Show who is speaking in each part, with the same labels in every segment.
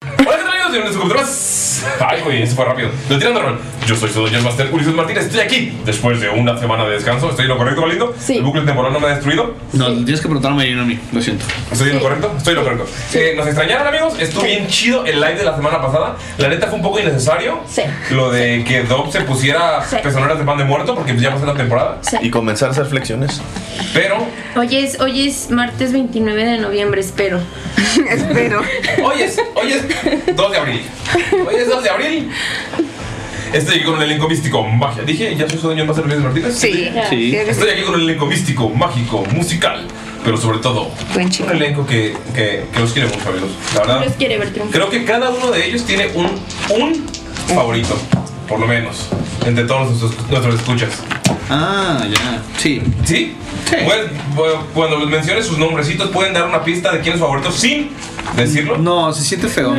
Speaker 1: Hola, ¿qué tal amigos? Bienvenidos a Culturas. Ay, güey, eso fue rápido. De Tirando Rol. Yo soy su Dungeon Master Ulises Martínez. Estoy aquí después de una semana de descanso. ¿Estoy en lo correcto, Valindo? Sí. ¿El bucle temporal no me ha destruido? No, tienes que preguntarme a mí. Lo siento. ¿Estoy en lo correcto? Estoy en lo correcto. Eh, ¿Nos extrañaron, amigos? Estuvo bien chido el live de la semana pasada. La neta fue un poco innecesario.
Speaker 2: Sí.
Speaker 1: Lo de que Dob se pusiera
Speaker 2: Sí.
Speaker 1: pezoneras de pan de muerto porque ya pasó la temporada.
Speaker 2: Sí. Y
Speaker 1: comenzar a hacer flexiones. Pero
Speaker 2: Hoy es, hoy es martes 29 de noviembre, espero. espero.
Speaker 1: Hoy es, hoy es 2 de abril. Hoy es 2 de abril. Estoy aquí con un elenco místico, magia. Dije, ya soy su dueño, ¿vas a Martínez?
Speaker 3: Sí. Sí.
Speaker 1: Estoy aquí con un elenco místico, mágico, musical, pero sobre todo,
Speaker 2: Buen
Speaker 1: un elenco que, que, que los quiere mucho, amigos. La verdad,
Speaker 2: Los quiere ver triunfar.
Speaker 1: creo que cada uno de ellos tiene un, un favorito, por lo menos, entre todos nuestros, nuestros escuchas. Ah, ya. Sí. ¿Sí? Bueno, bueno, cuando les menciones sus nombrecitos, pueden dar una pista de quién es su favorito sin decirlo. No, se siente feo,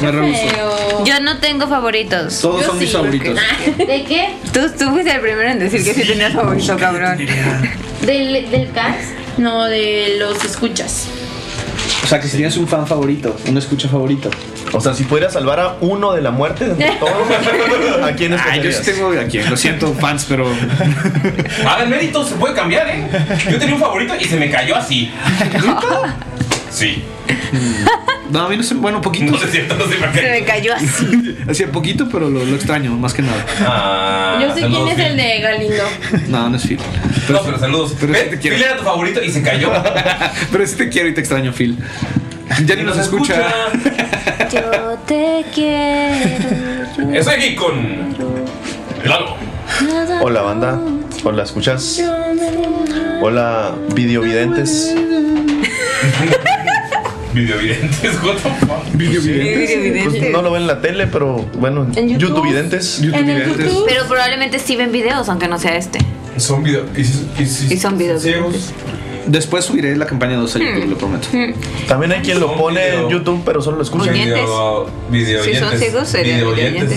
Speaker 2: qué feo. Yo no tengo favoritos.
Speaker 4: Todos
Speaker 2: Yo
Speaker 4: son mis favoritos.
Speaker 2: ¿De qué?
Speaker 4: Tú, tú fuiste el primero en decir que sí tenías favorito, cabrón.
Speaker 2: ¿Del, del cast? No, de los escuchas.
Speaker 4: O sea, que si tienes un fan favorito, un escucha favorito.
Speaker 3: O sea, si pudieras salvar a uno de la muerte de entre todos, ¿a quién
Speaker 1: Ah, yo sí
Speaker 3: tengo a quién. Lo siento, fans, pero.
Speaker 1: Hagan mérito, se puede cambiar, ¿eh? Yo tenía un favorito y se me cayó así. Sí.
Speaker 4: No, a mí no sé, bueno, poquito. No
Speaker 1: sé cierto, no sé por
Speaker 4: qué.
Speaker 2: me cayó así.
Speaker 4: Así poquito, pero lo, lo extraño, más que nada.
Speaker 1: Ah,
Speaker 2: Yo sé quién es el de Galindo.
Speaker 4: No, no es Phil.
Speaker 1: no, pero saludos. Ven, Phil era tu favorito y se cayó.
Speaker 4: pero sí te quiero y te extraño, Phil. Ya ni nos escucha.
Speaker 5: Yo te quiero.
Speaker 1: Estoy aquí con. Lalo.
Speaker 3: Hola, banda. Hola, escuchas. Hola, videovidentes.
Speaker 1: Videovidentes, what the fuck.
Speaker 3: Videovidentes. Pues no lo ven en la tele, pero bueno, YouTubevidentes.
Speaker 6: Pero probablemente sí ven videos, aunque no sea este.
Speaker 1: Son videos. Y,
Speaker 6: son videos.
Speaker 4: Después subiré la campaña 2 a YouTube,
Speaker 6: Hmm.
Speaker 4: lo prometo.
Speaker 6: Hmm.
Speaker 3: También hay quien lo pone en YouTube, pero solo lo escucha.
Speaker 4: Oyentes.
Speaker 1: Video
Speaker 6: Si son ciegos, serían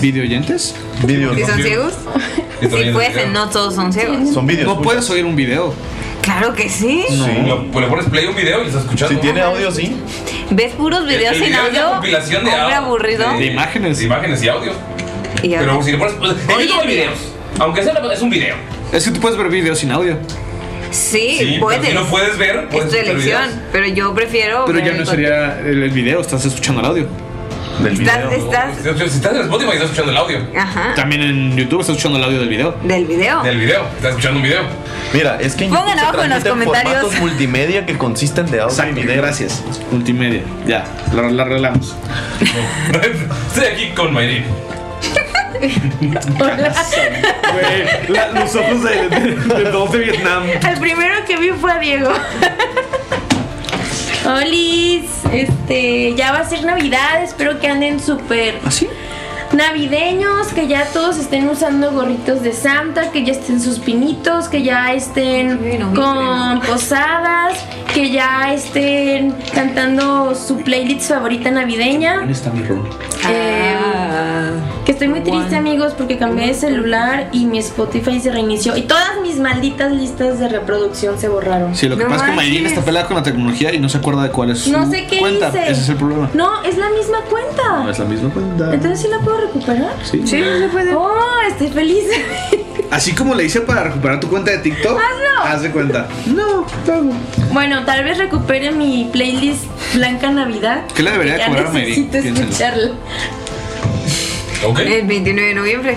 Speaker 6: videoyentes.
Speaker 4: ¿Videoyentes?
Speaker 6: Si son ciegos, sí pueden, no todos son ciegos.
Speaker 4: No puedes oír un video.
Speaker 6: Claro que sí.
Speaker 1: Lo- pues le pones play a un video y estás escuchando.
Speaker 3: Si tiene audio, sí.
Speaker 6: ¿Ves puros videos
Speaker 1: El
Speaker 6: sin
Speaker 1: video es la
Speaker 6: audio?
Speaker 1: compilación de
Speaker 6: Hombre
Speaker 1: audio.
Speaker 6: aburrido.
Speaker 1: De imágenes. De imágenes y audio.
Speaker 6: Y
Speaker 1: Pero
Speaker 6: audio.
Speaker 1: si le pones. o sea, el tipo de videos. Aunque sea la- es un video.
Speaker 4: Es que tú puedes ver videos sin audio.
Speaker 6: Sí,
Speaker 4: Sí, pero
Speaker 6: puedes.
Speaker 4: si no puedes ver, puedes
Speaker 6: es tu
Speaker 4: ver
Speaker 6: elección. Pero yo prefiero.
Speaker 4: Pero
Speaker 6: ver
Speaker 4: ya
Speaker 6: el
Speaker 4: no sería el, el video, estás escuchando el audio.
Speaker 6: contenido.
Speaker 1: Del
Speaker 6: Estás, estás,
Speaker 1: Si estás en Spotify, estás escuchando el audio.
Speaker 6: ajá,
Speaker 1: También en YouTube estás escuchando el audio del video.
Speaker 6: del video.
Speaker 1: Del video, estás escuchando un video.
Speaker 3: Mira, es que en
Speaker 6: Pongan
Speaker 3: YouTube se
Speaker 6: abajo en los
Speaker 3: transmiten
Speaker 6: comentarios.
Speaker 3: formatos multimedia que consisten de audio y video. Gracias.
Speaker 4: Multimedia. Ya, la, la arreglamos.
Speaker 1: Estoy aquí con Mayrin.
Speaker 4: Güey, la- los ojos de, de, de dos de Vietnam.
Speaker 2: El primero que vi fue a Diego. Olis, este, ya va a ser Navidad, espero que anden súper navideños, que ya todos estén usando gorritos de Santa, que ya estén sus pinitos, que ya estén con posadas, que ya estén cantando su playlist favorita navideña.
Speaker 4: ¿Dónde está mi room?
Speaker 2: Eh, que estoy muy triste amigos porque cambié de celular y mi Spotify se reinició y todas mis malditas listas de reproducción se borraron.
Speaker 4: Sí, lo que
Speaker 2: No
Speaker 4: pasa es que Mayrin
Speaker 2: manches.
Speaker 4: está pelada con la tecnología y no se acuerda de cuál es su
Speaker 2: No sé qué
Speaker 4: cuenta.
Speaker 2: hice.
Speaker 4: Ese es el problema.
Speaker 2: No, es la misma cuenta.
Speaker 4: No es la misma cuenta.
Speaker 2: Entonces sí la puedo recuperar.
Speaker 4: Sí. Sí,
Speaker 2: se puede. Oh, estoy feliz.
Speaker 4: Así como le hice para recuperar tu cuenta de TikTok,
Speaker 2: Hazlo.
Speaker 4: haz de cuenta.
Speaker 2: No, Bueno, tal vez recupere mi playlist Blanca Navidad.
Speaker 4: ¿Qué le debería
Speaker 2: Ya
Speaker 4: cobrar a Mary?
Speaker 2: necesito
Speaker 4: Piénsalo.
Speaker 2: escucharla.
Speaker 1: Ok.
Speaker 6: El 29 de noviembre.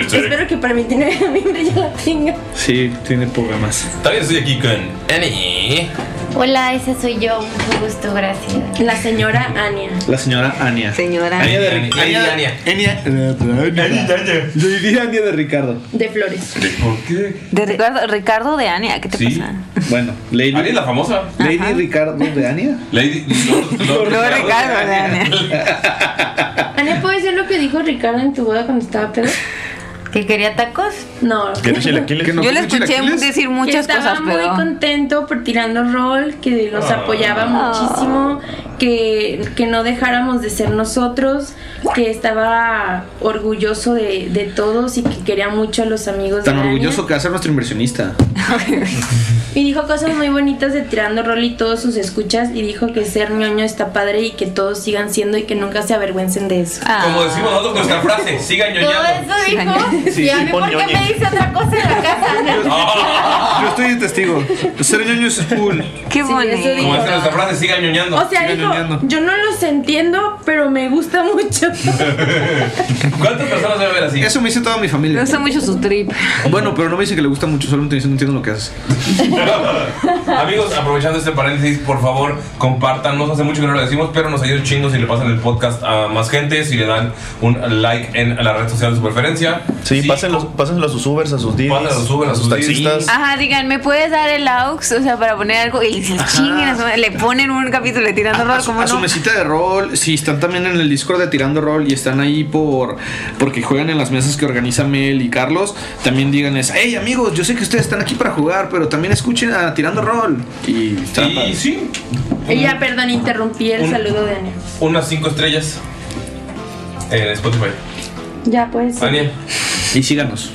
Speaker 2: Espero que para el 29 de noviembre ya la tenga.
Speaker 4: Sí, tiene problemas.
Speaker 1: También estoy aquí con Annie.
Speaker 5: Hola, esa soy yo. Mucho gusto, gracias.
Speaker 2: La señora Ania.
Speaker 4: La señora Ania.
Speaker 6: Señora.
Speaker 4: Ania de
Speaker 1: Ania,
Speaker 4: Ricardo.
Speaker 1: Ania,
Speaker 4: Ania. Ania. Ania. Yo diría Ania de Ricardo.
Speaker 2: De flores.
Speaker 1: ¿Por qué?
Speaker 6: De Ricardo, Ricardo de Ania, ¿qué te
Speaker 4: Sí.
Speaker 6: pasa?
Speaker 4: Bueno, Lady.
Speaker 1: Ania es la famosa.
Speaker 4: Lady Ricardo de Ania.
Speaker 1: Lady.
Speaker 6: No, Ricardo de Ania.
Speaker 2: Ania, ¿puedes decir lo que dijo Ricardo en tu boda cuando estaba pedo?
Speaker 6: ¿Que quería tacos?
Speaker 2: No.
Speaker 3: ¿Quieres chilaquiles?
Speaker 6: Yo le escuché decir muchas
Speaker 2: que estaba
Speaker 6: cosas, pero.
Speaker 2: muy contento por tirando rol, que nos apoyaba muchísimo, que, que no dejáramos de ser nosotros, que estaba orgulloso de, de todos y que quería mucho a los amigos
Speaker 4: Tan
Speaker 2: de Ania.
Speaker 4: orgulloso que va a ser nuestro inversionista.
Speaker 2: Y dijo cosas muy bonitas de tirando rol y todos sus escuchas y dijo que ser ñoño está padre y que todos sigan siendo y que nunca se avergüencen de eso.
Speaker 6: Ah.
Speaker 1: Como decimos nosotros nuestra frase, sigan
Speaker 6: eh.
Speaker 5: Todo
Speaker 1: ñoñando.
Speaker 5: eso dijo.
Speaker 4: Sí,
Speaker 5: y a
Speaker 4: sí,
Speaker 5: mí,
Speaker 4: pon
Speaker 5: ¿por qué
Speaker 4: ñoñe.
Speaker 5: me dice otra cosa en la casa?
Speaker 4: Yo estoy de testigo. Ser ñoño es cool.
Speaker 6: Qué
Speaker 2: eso dijo.
Speaker 1: Como dice nuestra frase, sigan ñoñando.
Speaker 2: O sea,
Speaker 1: Sigan
Speaker 2: dijo,
Speaker 1: ñoñando.
Speaker 2: yo no los entiendo, pero me gusta mucho.
Speaker 1: ¿Cuántas personas debe haber así?
Speaker 4: Eso me dice toda mi
Speaker 6: Me
Speaker 4: familia.
Speaker 6: gusta mucho su trip.
Speaker 4: Bueno, pero no me dicen que le gusta mucho, solamente dicen no entiendo lo que haces.
Speaker 1: Amigos, aprovechando este paréntesis, por favor, compártanos. Hace mucho que no lo decimos, pero nos ayuda un chingo si le pasan el podcast a más gente, si le dan un like en la red social de su preferencia.
Speaker 3: Sí, pásenlo, pásenlo a sus Ubers, a sus Didis,
Speaker 1: Pásenlo a sus Ubers, a sus
Speaker 3: taxistas.
Speaker 6: Ajá, digan, ¿me puedes dar el aux? O sea, para poner algo. Y dices, chinguen, eso", le ponen un capítulo de tirando rol, como
Speaker 4: A su
Speaker 6: no?
Speaker 4: mesita de rol, si están también en el Discord de Tirando Rol y están ahí por porque juegan en las mesas que organizan Mel y Carlos, también díganles, hey amigos, yo sé que ustedes están aquí para jugar, pero también escuchen a Tirando Rol. Y
Speaker 1: Y sí,
Speaker 2: Ella, perdón, interrumpí el
Speaker 1: Un-
Speaker 2: saludo de Ania.
Speaker 1: unas 5 estrellas en Spotify.
Speaker 2: Ya, pues.
Speaker 1: Ania,
Speaker 4: Y síganos.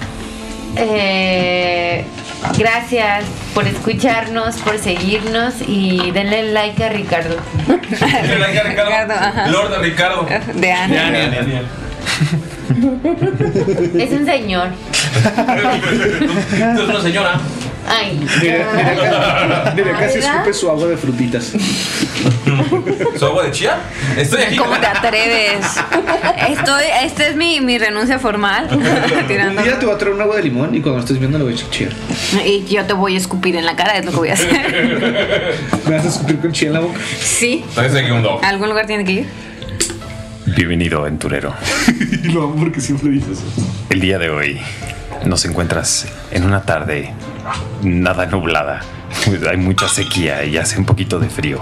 Speaker 5: Eh, gracias por escucharnos, por seguirnos y denle like a Ricardo.
Speaker 1: denle like a Ricardo.
Speaker 6: Ricardo, ajá.
Speaker 1: Lord Ricardo.
Speaker 6: De Ana.
Speaker 1: Ania, Ania.
Speaker 5: Es un señor.
Speaker 1: Tú eres una señora.
Speaker 5: Ay.
Speaker 4: Mira,
Speaker 5: ¿verdad?
Speaker 4: casi escupe su agua de frutitas.
Speaker 1: ¿Su agua de chía? Estoy aquí.
Speaker 6: ¿Cómo te atreves? Estoy, esta es mi, mi renuncia formal.
Speaker 4: Un
Speaker 6: tirando
Speaker 4: día te va a traer un agua de limón y cuando estés viendo lo voy a chichir.
Speaker 6: Y yo te voy a escupir en la cara, es lo que voy a hacer.
Speaker 4: Me vas a escupir con chía en la boca.
Speaker 6: Sí.
Speaker 1: Entonces aquí un dog.
Speaker 6: ¿A algún lugar tiene que ir?
Speaker 7: Bienvenido, aventurero.
Speaker 4: Y lo amo porque siempre dices eso.
Speaker 7: El día de hoy nos encuentras en una tarde nada nublada. Hay mucha sequía y hace un poquito de frío.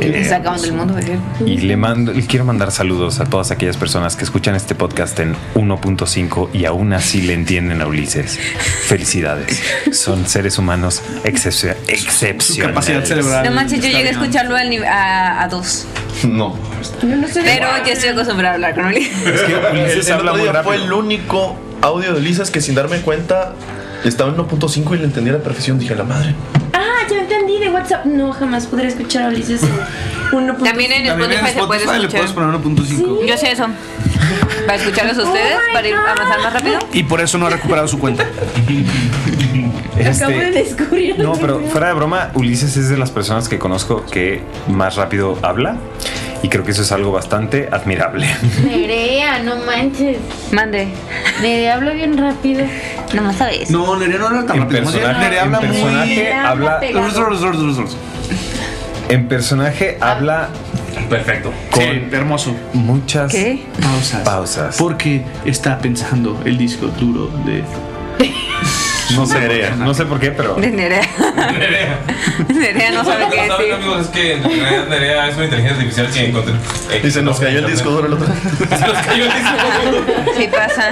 Speaker 7: Eh,
Speaker 6: Está acabando el mundo, por cierto.
Speaker 7: y le mando, le quiero mandar saludos a todas aquellas personas que escuchan este podcast en 1.5 y aún así le entienden a Ulises. Felicidades. Son seres humanos excepcio- excepcionales.
Speaker 4: Su capacidad cerebral.
Speaker 6: No manches, yo llegué a escucharlo al nive- a, a dos.
Speaker 3: No.
Speaker 6: Pero yo estoy acostumbrada a hablar con Oli.
Speaker 3: Es que
Speaker 7: Ulises
Speaker 3: el, el otro
Speaker 7: habla muy
Speaker 3: día
Speaker 7: rápido.
Speaker 3: fue el único audio de Ulises que sin darme cuenta estaba en 1.5 y le entendí a la perfección. Dije, la madre.
Speaker 2: Ah, ya entendí de WhatsApp. No, jamás podré escuchar a Ulises en 1.5.
Speaker 6: También en Spotify se puede
Speaker 4: le puedes
Speaker 6: escuchar.
Speaker 4: poner 1.5.
Speaker 6: Yo sé eso. Para escucharlos a ustedes,
Speaker 2: Oh my
Speaker 6: para ir a avanzar más rápido.
Speaker 4: Y por eso no ha recuperado su cuenta.
Speaker 7: Este,
Speaker 2: Acabo de descubrir.
Speaker 7: No, pero fuera de broma, Ulises es de las personas que conozco que más rápido habla. Y creo que eso es algo bastante admirable.
Speaker 5: Nerea, no manches. Mande. Nerea hablo bien rápido. Nomás a veces.
Speaker 4: No, Nerea no habla tan rápido. más bien
Speaker 7: personaje-
Speaker 4: Nerea
Speaker 7: en
Speaker 4: habla muy-
Speaker 7: personaje habla- En personaje habla.
Speaker 1: Perfecto.
Speaker 7: Con
Speaker 4: hermoso.
Speaker 7: Muchas
Speaker 4: ¿Qué? pausas. Pausas. Porque está pensando el disco duro de.
Speaker 7: No sé, no sé por qué, pero.
Speaker 6: De Nerea. Nerea no sabe qué
Speaker 1: saben,
Speaker 6: decir.
Speaker 1: amigos, es que en realidad Nerea es una inteligencia artificial que encontré. y se nos cayó el disco duro el otro.
Speaker 6: Sí pasa.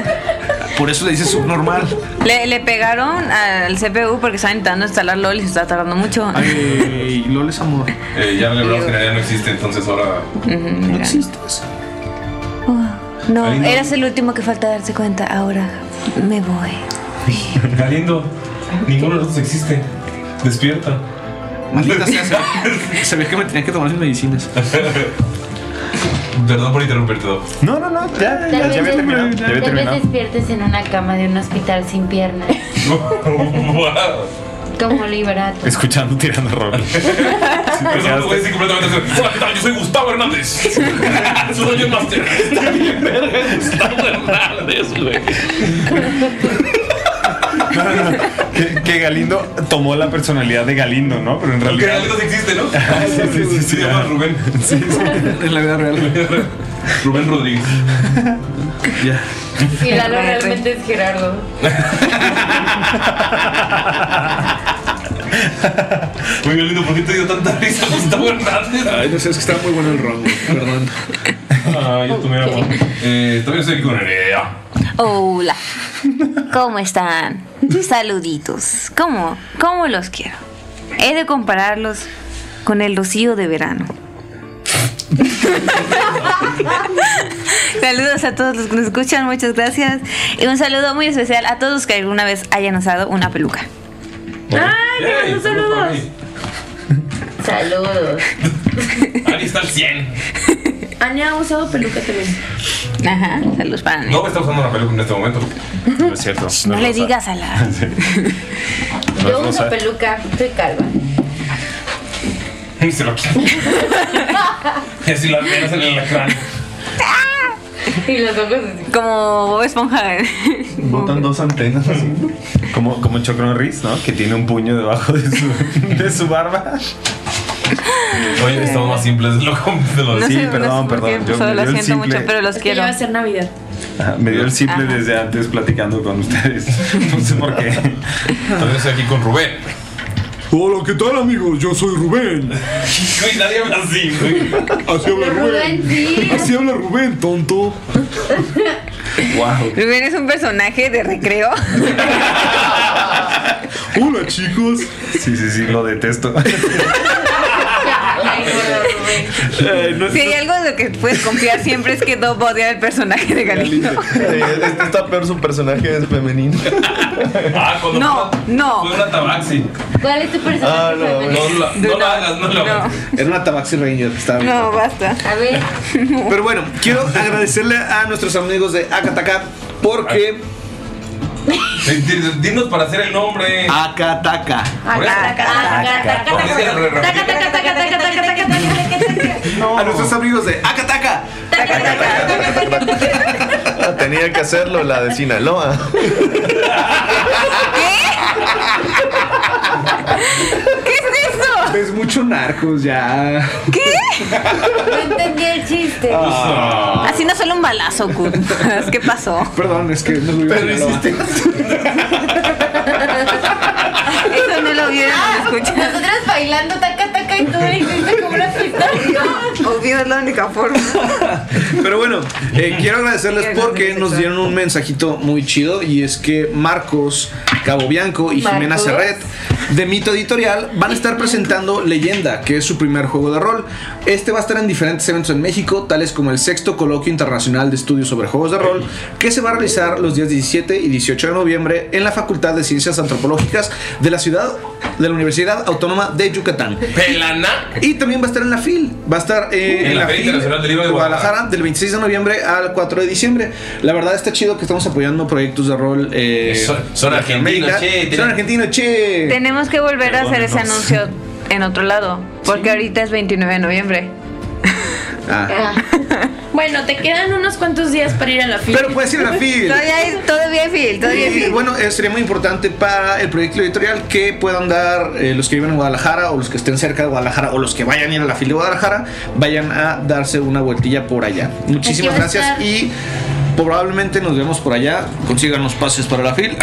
Speaker 4: Por eso le dices subnormal.
Speaker 6: Le, le pegaron al CPU porque estaba intentando instalar LOL y se está tardando mucho.
Speaker 4: Ay, LOL es amor.
Speaker 1: Eh, ya revelamos que Nerea no existe, entonces ahora.
Speaker 6: No
Speaker 4: existes.
Speaker 6: No,
Speaker 1: Ay, no.
Speaker 6: eras el último que falta darse cuenta. Ahora me voy.
Speaker 1: Galindo, ninguno de nosotros existe. Despierta.
Speaker 4: Maldita sea, sabía- sabía que me tenía que tomar mis medicinas.
Speaker 1: Perdón por interrumpirte. Doc.
Speaker 7: No, no, no, ya,
Speaker 5: Tal vez, des-
Speaker 1: Ya
Speaker 5: tal
Speaker 1: había
Speaker 5: vez
Speaker 1: terminado.
Speaker 5: despiertes en una cama de un hospital sin piernas.
Speaker 1: Wow.
Speaker 5: Como liberato.
Speaker 7: Escuchando tirando rol.
Speaker 1: Pero solo te voy a decir completamente así, Hola, ¿qué tal? Yo soy Gustavo Hernández. Soy Dungeon Master. Está bien, verga, Gustavo Hernández, güey.
Speaker 7: No, no, no. Que, que Galindo tomó la personalidad de Galindo, ¿no? Pero en
Speaker 1: Que
Speaker 7: realidad.
Speaker 1: Galindo sí existe, ¿no?
Speaker 7: sí, sí, sí, sí.
Speaker 1: Rubén.
Speaker 4: En la vida real.
Speaker 1: Rubén Rodríguez.
Speaker 4: Ya.
Speaker 5: Y Lalo realmente es Gerardo.
Speaker 1: Muy bien, lindo, ¿por qué te dio tanta risa Gustavo Hernández?
Speaker 4: Ay, no sé, es que está muy bueno el ron, güey, perdón.
Speaker 1: Ay, yo tomé agua. Eh, también soy con Nerea.
Speaker 6: Hola. ¿Cómo están? Saluditos. ¿Cómo? ¿Cómo los quiero? He de compararlos con el rocío de verano. Saludos a todos los que nos escuchan, muchas gracias. Y un saludo muy especial a todos los que alguna vez hayan usado una peluca.
Speaker 2: Ah,
Speaker 5: ¡Ay, te mando saludos! Saludos.
Speaker 1: Ari está al 100.
Speaker 2: Ania ha usado peluca también.
Speaker 6: Ajá, saludos para mí.
Speaker 1: No me está usando una peluca en este momento.
Speaker 7: No es cierto.
Speaker 6: No le digas a la.
Speaker 1: Pues
Speaker 5: Yo uso peluca, estoy calva.
Speaker 1: Y se lo quita. Y así las venas en el alacrán.
Speaker 5: Y los ojos
Speaker 6: Como Bob Esponja.
Speaker 7: Botan dos antenas así. Como, como Chocron Riz, ¿no? Que tiene un puño debajo de su, de su barba.
Speaker 1: Oye, estamos más simples de lo de lo
Speaker 7: sí, perdón, perdón.
Speaker 6: pues,
Speaker 7: Yo me dio el simple,
Speaker 6: los
Speaker 5: quiero. va a ser Navidad.
Speaker 7: Ajá, me dio el simple desde antes platicando con ustedes. No sé por qué.
Speaker 1: También estoy aquí con Rubén.
Speaker 8: Hola, ¿qué tal, amigos? Yo soy Rubén.
Speaker 1: Güey, nadie habla así, güey.
Speaker 8: Así habla Rubén. Así habla Rubén, tonto.
Speaker 7: Wow.
Speaker 6: Rubén es un personaje de recreo.
Speaker 7: Hola, chicos. Sí, sí, sí, lo detesto. Eh, no-
Speaker 6: Si hay algo de lo que puedes confiar siempre es que Dob odia al personaje de Galindo.
Speaker 3: Este está peor, su personaje es femenino.
Speaker 1: Ah, cuando
Speaker 6: No, no.
Speaker 1: fue una tabaxi.
Speaker 5: ¿Cuál es tu
Speaker 1: Ah,
Speaker 5: personaje?
Speaker 1: no,
Speaker 5: favorito?
Speaker 1: no, la- no la hagas, no la hagas.
Speaker 4: Era una Tabaxi Ranger, estaba bien.
Speaker 6: No, basta.
Speaker 5: A ver.
Speaker 4: Pero bueno, quiero agradecerle a nuestros amigos de Akataka porque. Ah.
Speaker 1: Dinos para hacer el nombre.
Speaker 4: Akataka. A nuestros amigos de Akataka.
Speaker 3: Tenía que hacerlo la de Sinaloa.
Speaker 6: ¿Qué es eso?
Speaker 4: Ves mucho narcos ya.
Speaker 6: No entendí el chiste.
Speaker 4: Ah.
Speaker 6: Así no solo un balazo, Kun. ¿Qué pasó?
Speaker 4: Perdón, es que no lo Pero hiciste.
Speaker 6: Eso no lo vieron, no lo escucharon.
Speaker 5: Ah, Nosotras bailando taca taca y tú dijiste como una pistola.
Speaker 6: Obvio, es la única forma.
Speaker 4: Pero bueno, eh, quiero agradecerles porque nos dieron un mensajito muy chido y es que Marcos Cabobianco y Jimena
Speaker 9: Marcos.
Speaker 4: Serret de Mito Editorial van a estar presentando Leyenda, que es su primer juego de rol. Este va a estar en diferentes eventos en México, tales como el sexto coloquio internacional de estudios sobre juegos de rol, que se va a realizar los días 17 y 18 de noviembre en la Facultad de Ciencias Antropológicas de la ciudad de la Universidad Autónoma de Yucatán.
Speaker 1: Pelana.
Speaker 4: Y también va a estar en la FIL. Va a estar eh,
Speaker 1: En la Feria
Speaker 4: FIL
Speaker 1: Internacional del Libro de Guadalajara,
Speaker 4: del 26 de noviembre al 4 de diciembre. La verdad está chido que estamos apoyando proyectos de rol. eh,
Speaker 1: Son- son
Speaker 4: de
Speaker 1: argentinos,
Speaker 4: América.
Speaker 1: che, tienen-
Speaker 4: Son argentinos, che.
Speaker 6: Tenemos que volver a hacer ese
Speaker 4: Perdónenos.
Speaker 6: anuncio en otro lado, porque ahorita es 29 de noviembre.
Speaker 2: eh,
Speaker 4: Ah.
Speaker 2: Bueno, te quedan unos cuantos días para ir a la fila.
Speaker 4: Pero puedes ir a la fil.
Speaker 2: Todavía hay, todavía fil,
Speaker 4: Y, bueno, eh, sería muy importante para el proyecto editorial que puedan dar eh, los que viven en Guadalajara o los que estén cerca de Guadalajara o los que vayan a ir a la fila de Guadalajara, vayan a darse una vueltilla por allá. Muchísimas
Speaker 2: Aquí va a
Speaker 4: gracias
Speaker 2: estar-
Speaker 4: y probablemente nos vemos por allá. Consigan los pases para la fila.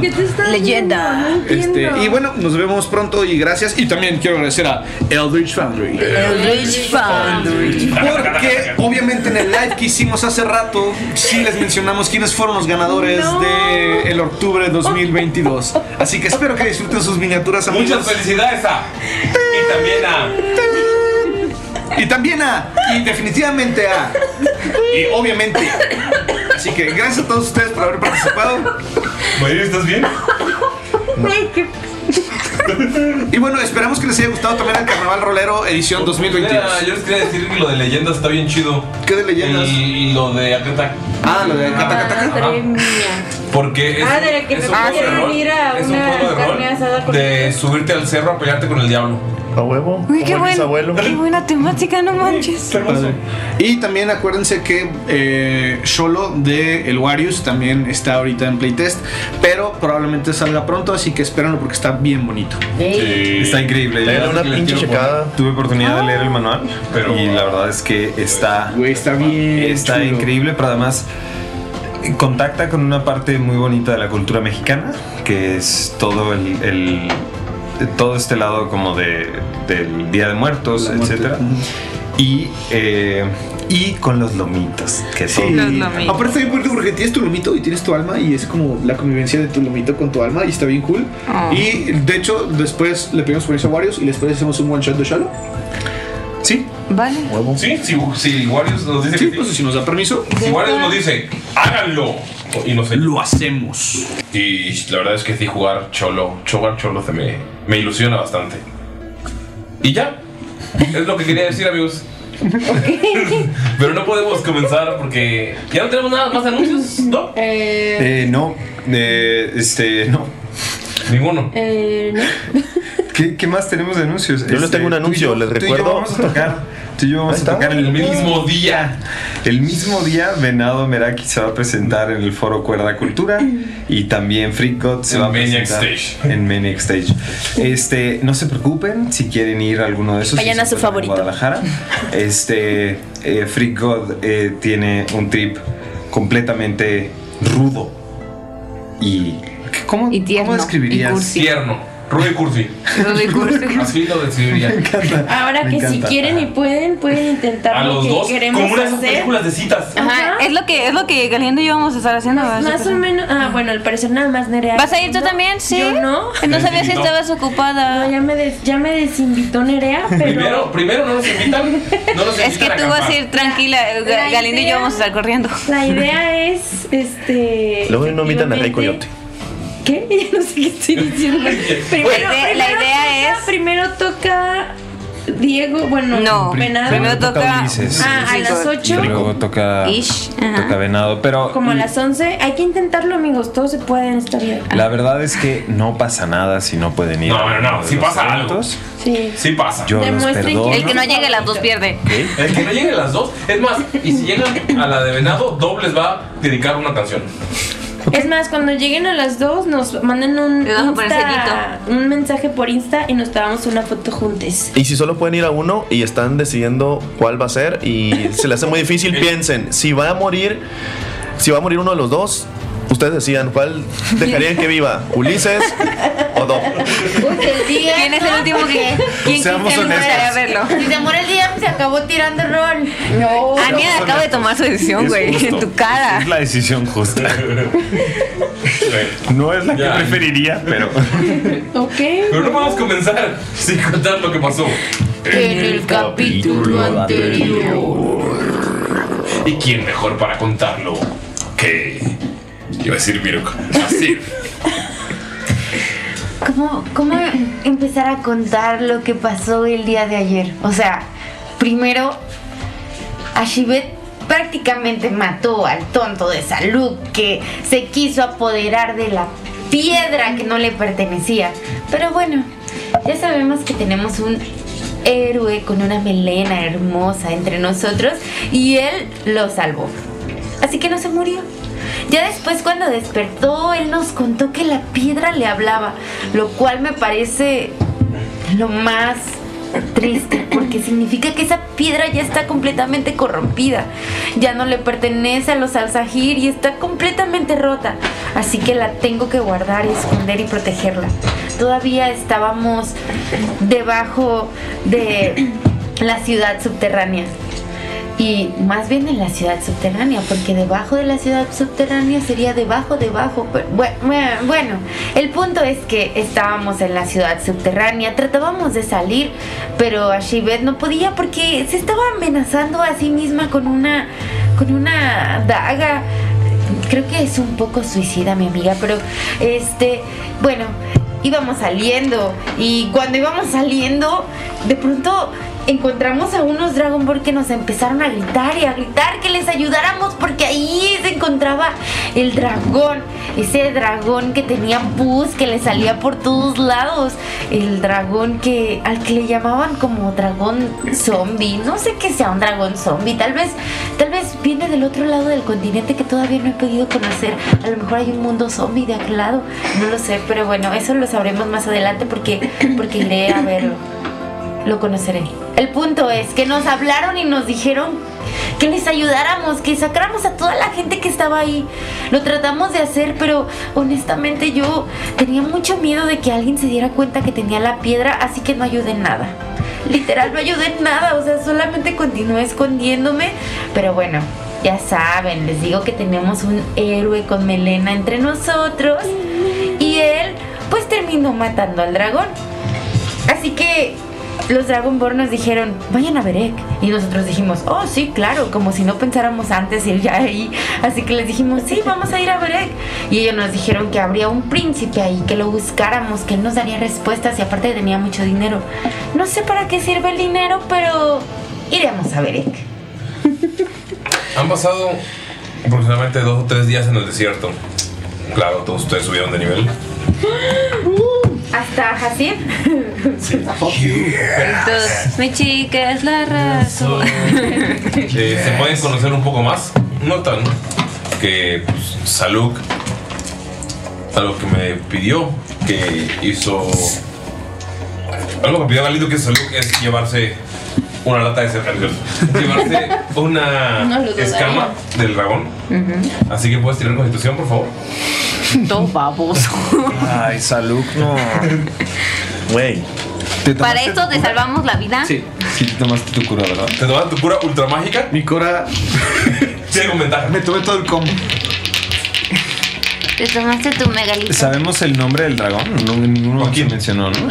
Speaker 2: ¿Qué te estás Leyenda.
Speaker 4: Este, y bueno, nos vemos pronto y gracias. Y también quiero agradecer a Eldridge Foundry.
Speaker 9: Eldridge Foundry.
Speaker 4: Porque obviamente en el live que hicimos hace rato, sí les mencionamos quiénes fueron los ganadores de el octubre 2022. Así que espero que disfruten sus miniaturas amigos.
Speaker 1: Muchas felicidades a. Y también a.
Speaker 4: Y también a. Y definitivamente a. Y obviamente. Así que gracias a todos ustedes por haber participado.
Speaker 1: Mayuri, ¿estás bien?
Speaker 4: Y bueno, esperamos que les haya gustado también el Carnaval Rolero edición 2022.
Speaker 1: Mira, yo les quería decir que lo de leyendas está bien chido.
Speaker 4: ¿Qué de leyendas?
Speaker 1: lo de Akata.
Speaker 4: Ah, lo de Akata
Speaker 1: Ajá, Porque es,
Speaker 10: Ah, de que
Speaker 1: es
Speaker 10: se
Speaker 1: un juego de
Speaker 10: pudieron
Speaker 1: rol,
Speaker 10: ir a
Speaker 1: es un
Speaker 10: una
Speaker 1: juego de rol
Speaker 10: carne asada con
Speaker 1: de subirte al cerro a pelearte con el diablo.
Speaker 4: A huevo.
Speaker 6: Uy, qué, buen- qué buena temática, no manches.
Speaker 4: Padre. Y también acuérdense que eh, Solo de El Warius también está ahorita en playtest, pero probablemente salga pronto, así que espérenlo porque está bien bonito.
Speaker 7: Está increíble.
Speaker 4: Dale
Speaker 7: Ya
Speaker 4: una
Speaker 7: le
Speaker 4: pinche
Speaker 7: quiero
Speaker 4: checada.
Speaker 7: poner. Tuve oportunidad de leer el manual y la verdad es que está
Speaker 4: está bien
Speaker 7: está increíble, pero además eh, contacta con una parte muy bonita de la cultura mexicana, que es todo el, el- todo este lado como de del Día de Muertos, etcétera. Y eh, y con los lomitos, que
Speaker 4: Sí.
Speaker 7: son
Speaker 4: Aparte está bien bonito porque tienes tu lomito y tienes tu alma y es como la convivencia de tu lomito con tu alma y está bien cool.
Speaker 6: Oh.
Speaker 7: Ah.
Speaker 4: Y de hecho después le pedimos permiso a Warius y después hacemos un one shot de Solo. Sí.
Speaker 6: Vale.
Speaker 1: Sí, si, si Warius nos dice que sí.
Speaker 4: pues, si nos da permiso.
Speaker 1: Si Warius nos dice, háganlo. Y no sé.
Speaker 4: Lo hacemos.
Speaker 1: Y la verdad es que sí, jugar cholo, jugar cholo se me, me ilusiona bastante. Y ya. Es lo que quería decir, amigos. Pero no podemos comenzar porque ya no tenemos nada más anuncios, ¿no?
Speaker 7: Eh, no, eh, este, no.
Speaker 1: Ninguno.
Speaker 6: Eh,
Speaker 7: ¿Qué, qué más tenemos de anuncios? Este,
Speaker 3: Yo les tengo un
Speaker 7: tú y
Speaker 3: anuncio,
Speaker 7: yo-
Speaker 3: les
Speaker 7: tú y yo
Speaker 3: recuerdo.
Speaker 7: vamos a tocar. Tú y yo vamos
Speaker 3: Ahí
Speaker 7: a
Speaker 3: está.
Speaker 7: tocar el mismo día. El mismo día, Venado Meraki se va a presentar en el foro Cuerda Cultura y también Freak God se
Speaker 1: En
Speaker 7: va a
Speaker 1: Maniac
Speaker 7: presentar en Maniac Stage. Este, no se preocupen si quieren ir a alguno de esos.
Speaker 10: Vayan
Speaker 7: si
Speaker 10: a
Speaker 7: se
Speaker 10: su favorito.
Speaker 7: encuentran en Guadalajara. Este, eh, Freak God eh, tiene un trip completamente rudo y ¿Cómo,
Speaker 1: ¿Cómo describirías? Tierno. Rudy Cursi.
Speaker 6: Rudy Cursi.
Speaker 1: Así lo describiría.
Speaker 2: Ahora
Speaker 1: Me
Speaker 2: que si
Speaker 1: encanta.
Speaker 2: quieren y pueden, pueden intentar
Speaker 1: A
Speaker 2: lo
Speaker 1: los
Speaker 2: que
Speaker 1: dos,
Speaker 2: queremos
Speaker 1: como unas
Speaker 2: hacer.
Speaker 1: películas de citas.
Speaker 6: Ajá, es lo que es lo que Galindo y yo vamos a estar haciendo. ¿verdad?
Speaker 2: Más o menos. Ah, bueno, al parecer nada más Nerea.
Speaker 6: ¿Vas a ir tú también? Sí.
Speaker 2: Yo no.
Speaker 6: No sabía si estabas ocupada.
Speaker 2: ya, me des- ya me desinvitó Nerea, pero.
Speaker 1: Primero, primero no nos invitan. No nos
Speaker 6: Es que
Speaker 1: invitan
Speaker 6: tú vas a
Speaker 1: acampar.
Speaker 6: ir tranquila, Ga-
Speaker 2: La
Speaker 6: Galindo y yo
Speaker 2: idea-
Speaker 6: vamos a estar corriendo.
Speaker 2: La idea es, este...
Speaker 3: Luego no invitan a Rey
Speaker 2: efectivamente- ¿Qué? Ya no sé qué estoy diciendo. primero,
Speaker 6: La idea- la idea
Speaker 2: es... Primero todoca Diego, bueno,
Speaker 6: No,
Speaker 2: Venado.
Speaker 6: primero toca
Speaker 7: toca Ulises.
Speaker 2: Ah, a las 8.
Speaker 7: Y luego toca,
Speaker 2: Ish, ajá.
Speaker 7: toca Venado, pero
Speaker 2: Como a las 11. Hay que intentarlo, amigos. Todos se pueden estar bien.
Speaker 7: La verdad es que no pasa nada si no pueden ir.
Speaker 1: No, no, no, sí pasa algo.
Speaker 2: Sí.
Speaker 1: Sí pasa.
Speaker 7: Yo los perdono.
Speaker 6: El que no llegue a las dos pierde.
Speaker 1: El que no llegue a las dos. Es más, y si llegan a la de Venado, dobles va a dedicar una canción.
Speaker 2: Es más, cuando lleguen a las 2 nos manden un,
Speaker 6: vamos a poner
Speaker 2: Insta- un mensaje por Insta y nos tomamos una foto juntos.
Speaker 3: Y si solo pueden ir a uno y están decidiendo cuál va a ser y se les hace muy difícil, piensen, si va a morir, si va a morir uno de los dos, ustedes decidan cuál dejarían que viva, Ulises o Doc.
Speaker 6: ¿Quién es el último que quién
Speaker 3: Seamos
Speaker 6: quién
Speaker 3: honestos.
Speaker 6: gustaría verlo?
Speaker 10: Si se muere el día, se acabó tirando rol.
Speaker 6: No. Ania acaba de tomar su decisión,
Speaker 7: Es
Speaker 6: güey, en
Speaker 7: justo.
Speaker 6: tu cara.
Speaker 7: Es la decisión justa. no es la que preferiría, pero.
Speaker 2: Ok.
Speaker 1: Pero no podemos comenzar sin contar lo que pasó.
Speaker 10: En el capítulo anterior.
Speaker 1: ¿Y quién mejor para contarlo que. Iba a decir Mirok. Ah, Así.
Speaker 5: ¿Cómo, ¿Cómo empezar a contar lo que pasó el día de ayer? O sea, primero, Ashibet prácticamente mató al tonto de salud que se quiso apoderar de la piedra que no le pertenecía. Pero bueno, ya sabemos que tenemos un héroe con una melena hermosa entre nosotros y él lo salvó. Así que no se murió. Ya después cuando despertó, él nos contó que la piedra le hablaba, lo cual me parece lo más triste, porque significa que esa piedra ya está completamente corrompida, ya no le pertenece a los alzajir y está completamente rota, así que la tengo que guardar y esconder y protegerla. Todavía estábamos debajo de la ciudad subterránea. Y más bien en la ciudad subterránea, porque debajo de la ciudad subterránea sería debajo, debajo. pero bue- bue- Bueno, el punto es que estábamos en la ciudad subterránea, tratábamos de salir, pero Ashibet no podía porque se estaba amenazando a sí misma con una, con una daga. Creo que es un poco suicida mi amiga, pero este, bueno, íbamos saliendo y cuando íbamos saliendo, de pronto encontramos a unos Dragon Ball que nos empezaron a gritar y a gritar que les ayudáramos porque ahí se encontraba el dragón, ese dragón que tenía pus que le salía por todos lados, el dragón que al que le llamaban como dragón zombie, no sé qué sea un dragón zombie, tal vez tal vez viene del otro lado del continente que todavía no he podido conocer, a lo mejor hay un mundo zombie de aquel lado, no lo sé, pero bueno, eso lo sabremos más adelante porque porque iré a verlo lo conoceré. El punto es que nos hablaron y nos dijeron que les ayudáramos, que sacáramos a toda la gente que estaba ahí. Lo tratamos de hacer, pero honestamente yo tenía mucho miedo de que alguien se diera cuenta que tenía la piedra, así que no ayudé en nada. Literal, no ayudé en nada, o sea, solamente continué escondiéndome, pero bueno. Ya saben, les digo que tenemos un héroe con melena entre nosotros y él pues terminó matando al dragón. Así que los Dragonborn nos dijeron, vayan a Berek. Y nosotros dijimos, oh, sí, claro, como si no pensáramos antes ir ya ahí. Así que les dijimos, sí, vamos a ir a Berek. Y ellos nos dijeron que habría un príncipe ahí, que lo buscáramos, que él nos daría respuestas y aparte tenía mucho dinero. No sé para qué sirve el dinero, pero iremos a Berek.
Speaker 1: Han pasado aproximadamente dos o tres días en el desierto. Claro, todos ustedes subieron de nivel.
Speaker 5: Hasta Hasib.
Speaker 6: Entonces, mi chica es la razón.
Speaker 1: Eh, Se pueden conocer un poco más. Notan que pues, Saluk, algo que me pidió, que hizo. Algo que pidió Galindo que hizo Saluk es llevarse una lata de cerveza. Llevarse una
Speaker 10: No lo dudaría.
Speaker 1: escama del dragón. Así que puedes tirar constitución, por favor.
Speaker 10: Todo baboso.
Speaker 1: Ay, Saluk, no.
Speaker 3: Güey.
Speaker 6: Para esto te salvamos la vida.
Speaker 1: Sí. Sí, te tomaste tu cura, ¿verdad? Te tomaste tu cura ultramágica. Mi cura. Tiene con ventaja. Me tomé todo el combo.
Speaker 6: Te tomaste tu megalito.
Speaker 7: ¿Sabemos el nombre del dragón? No, ninguno aquí mencionó, ¿no?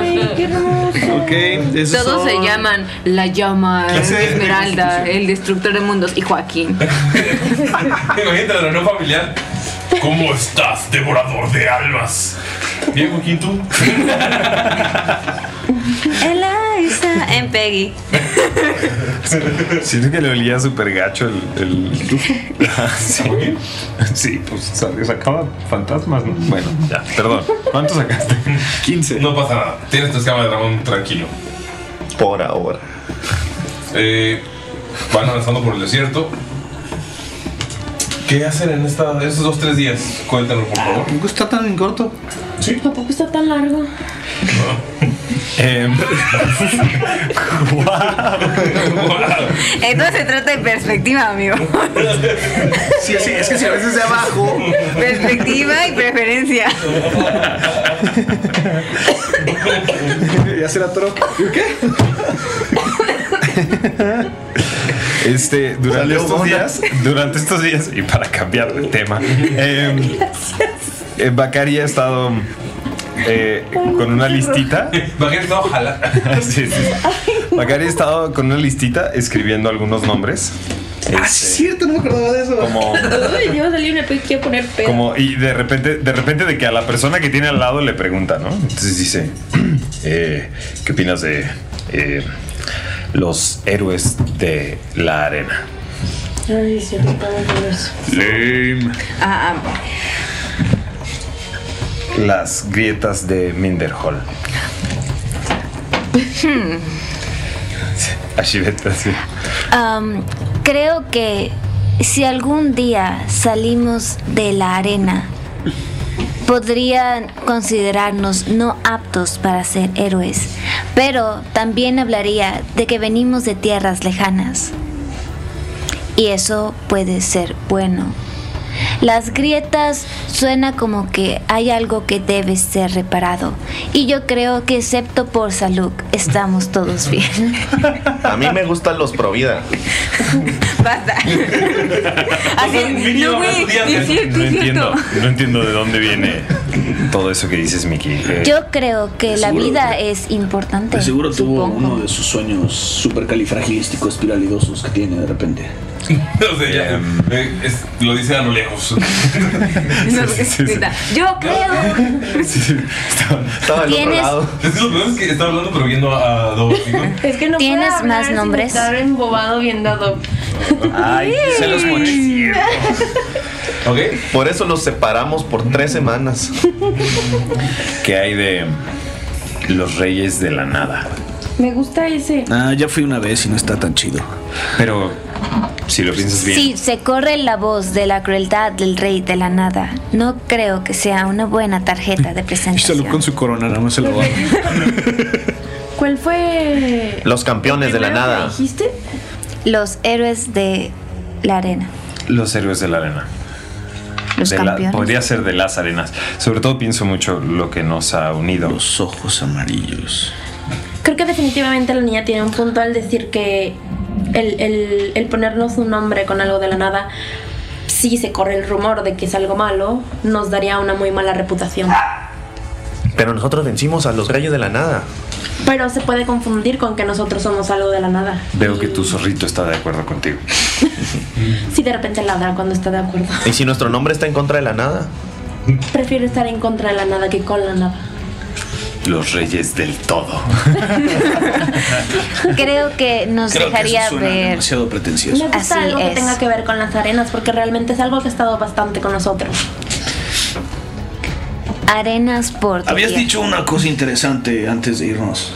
Speaker 6: Ay, qué hermoso.
Speaker 4: Ok, esos
Speaker 11: Todos
Speaker 4: son-
Speaker 11: se llaman La Llama,
Speaker 1: Sí.
Speaker 11: Esmeralda, El Destructor de Mundos y Joaquín.
Speaker 1: Imagínate la reunión familiar. ¿Cómo estás, devorador de almas? Bien, Joaquín, tú.
Speaker 6: Eliza en Peggy.
Speaker 7: Siento que le olía súper gacho el, el... ¿Sí? sí, pues sa- sacaba fantasmas, ¿no? Bueno, ya, perdón. ¿Cuánto sacaste?
Speaker 1: 15. No pasa nada. Tienes tu escama de dragón tranquilo.
Speaker 3: Por ahora.
Speaker 1: Eh, van avanzando por el desierto. ¿Qué hacen en esta, estos dos, tres días? Cuéntanos, por favor.
Speaker 4: Tampoco está tan en corto.
Speaker 1: Sí.
Speaker 2: Tampoco está tan largo.
Speaker 1: Eh,
Speaker 6: Esto se trata de perspectiva, amigo.
Speaker 4: Sí, sí, es que si a veces de abajo.
Speaker 6: Perspectiva y preferencia.
Speaker 4: ya será toro. ¿Qué?
Speaker 7: Este, durante
Speaker 4: Salió
Speaker 7: estos
Speaker 4: Bona.
Speaker 7: días, durante estos días, y para cambiar de tema, eh, eh, Bacari ha estado eh, con una listita.
Speaker 1: Bacari está ojalá.
Speaker 7: sí, sí, sí. Bacari ha estado con una listita escribiendo algunos nombres. Este,
Speaker 4: Ah, Cierto, no me acordaba de eso.
Speaker 7: Como-
Speaker 2: Ay, yo salí una pe- quiero poner pedo.
Speaker 7: Como, y de repente, de repente de que a la persona que tiene al lado le pregunta, ¿no? Entonces dice, eh, ¿qué opinas de eh, los héroes de la arena?
Speaker 10: Ay, sí,
Speaker 6: Ah,
Speaker 10: estaba nervioso.
Speaker 7: Lame.
Speaker 11: Ah, ah.
Speaker 7: las grietas de Minderhall. Ashibet, así.
Speaker 6: Am, creo que si algún día salimos de la arena, podrían considerarnos no aptos para ser héroes, pero también hablaría de que venimos de tierras lejanas. Y eso puede ser bueno. Las grietas suena como que hay algo que debe ser reparado. Y yo creo que excepto por Saluk, estamos todos bien.
Speaker 3: A mí me gustan los pro vida.
Speaker 6: Basta.
Speaker 11: Así, no, güey, sí es cierto,
Speaker 7: No
Speaker 11: es
Speaker 7: entiendo,
Speaker 11: cierto.
Speaker 7: no entiendo de dónde viene todo eso que dices, Miki. Eh,
Speaker 6: Yo creo que la
Speaker 12: Seguro.
Speaker 6: vida es importante.
Speaker 12: De
Speaker 4: Pues
Speaker 12: seguro tuvo uno de sus sueños supercalifragilísticos espiralidosos que tiene de repente.
Speaker 1: O sea, ya,
Speaker 6: Em.
Speaker 1: eh, es- lo dice a lo lejos.
Speaker 11: No, grita, Yo creo.
Speaker 1: Estaba
Speaker 6: del otro Tienes- lado.
Speaker 1: Es que lo peor es que estaba hablando, pero viendo a, a Dobby.
Speaker 2: Es que no puedo
Speaker 6: ¿Tienes
Speaker 2: hablar
Speaker 6: más
Speaker 2: sin
Speaker 6: nombres?
Speaker 2: estar embobado viendo a Doc.
Speaker 3: Ay,
Speaker 2: se los moché.
Speaker 3: Por eso los separamos por tres semanas.
Speaker 7: ¿Qué hay de los reyes de la nada?
Speaker 2: Me gusta ese.
Speaker 12: Ah, ya fui una vez y no está tan chido.
Speaker 7: Pero si lo
Speaker 4: Pues
Speaker 7: piensas bien,
Speaker 6: Sí, se corre la voz de la crueldad del rey de la nada. No creo que sea una buena tarjeta de
Speaker 4: Y
Speaker 6: presentación.
Speaker 4: salud con su corona, nada más se lo va.
Speaker 2: ¿Cuál fue?
Speaker 3: Los campeones de la nada.
Speaker 2: ¿Dijiste?
Speaker 6: Los héroes de la arena.
Speaker 7: los héroes de la arena.
Speaker 6: Los
Speaker 7: De la-
Speaker 6: campeones.
Speaker 7: podría ser de las arenas. Sobre todo pienso mucho lo que nos ha unido. Los ojos amarillos.
Speaker 2: Creo que definitivamente la niña tiene un punto al decir que el, el- el ponernos un nombre con algo de la nada, si se corre el rumor de que es algo malo, nos daría una muy mala reputación.
Speaker 3: Pero nosotros vencimos a los reyes de la nada.
Speaker 2: Pero se puede confundir con que nosotros somos algo de la nada.
Speaker 7: Veo que tu zorrito está de acuerdo contigo.
Speaker 2: Si de repente ladra cuando está de acuerdo.
Speaker 3: ¿Y si nuestro nombre está en contra de la nada?
Speaker 2: Prefiero estar en contra de la nada que con la nada.
Speaker 7: Los reyes del todo.
Speaker 6: Creo que nos
Speaker 12: Creo que
Speaker 6: dejaría
Speaker 12: eso suena
Speaker 6: ver.
Speaker 12: demasiado
Speaker 2: Me
Speaker 12: pretencioso.
Speaker 2: gusta
Speaker 6: Así
Speaker 2: algo que
Speaker 6: es.
Speaker 2: tenga que ver con las arenas, porque realmente es algo que ha estado bastante con nosotros.
Speaker 6: Arenas por.
Speaker 12: Habías
Speaker 6: doquier.
Speaker 12: dicho una cosa interesante antes de irnos.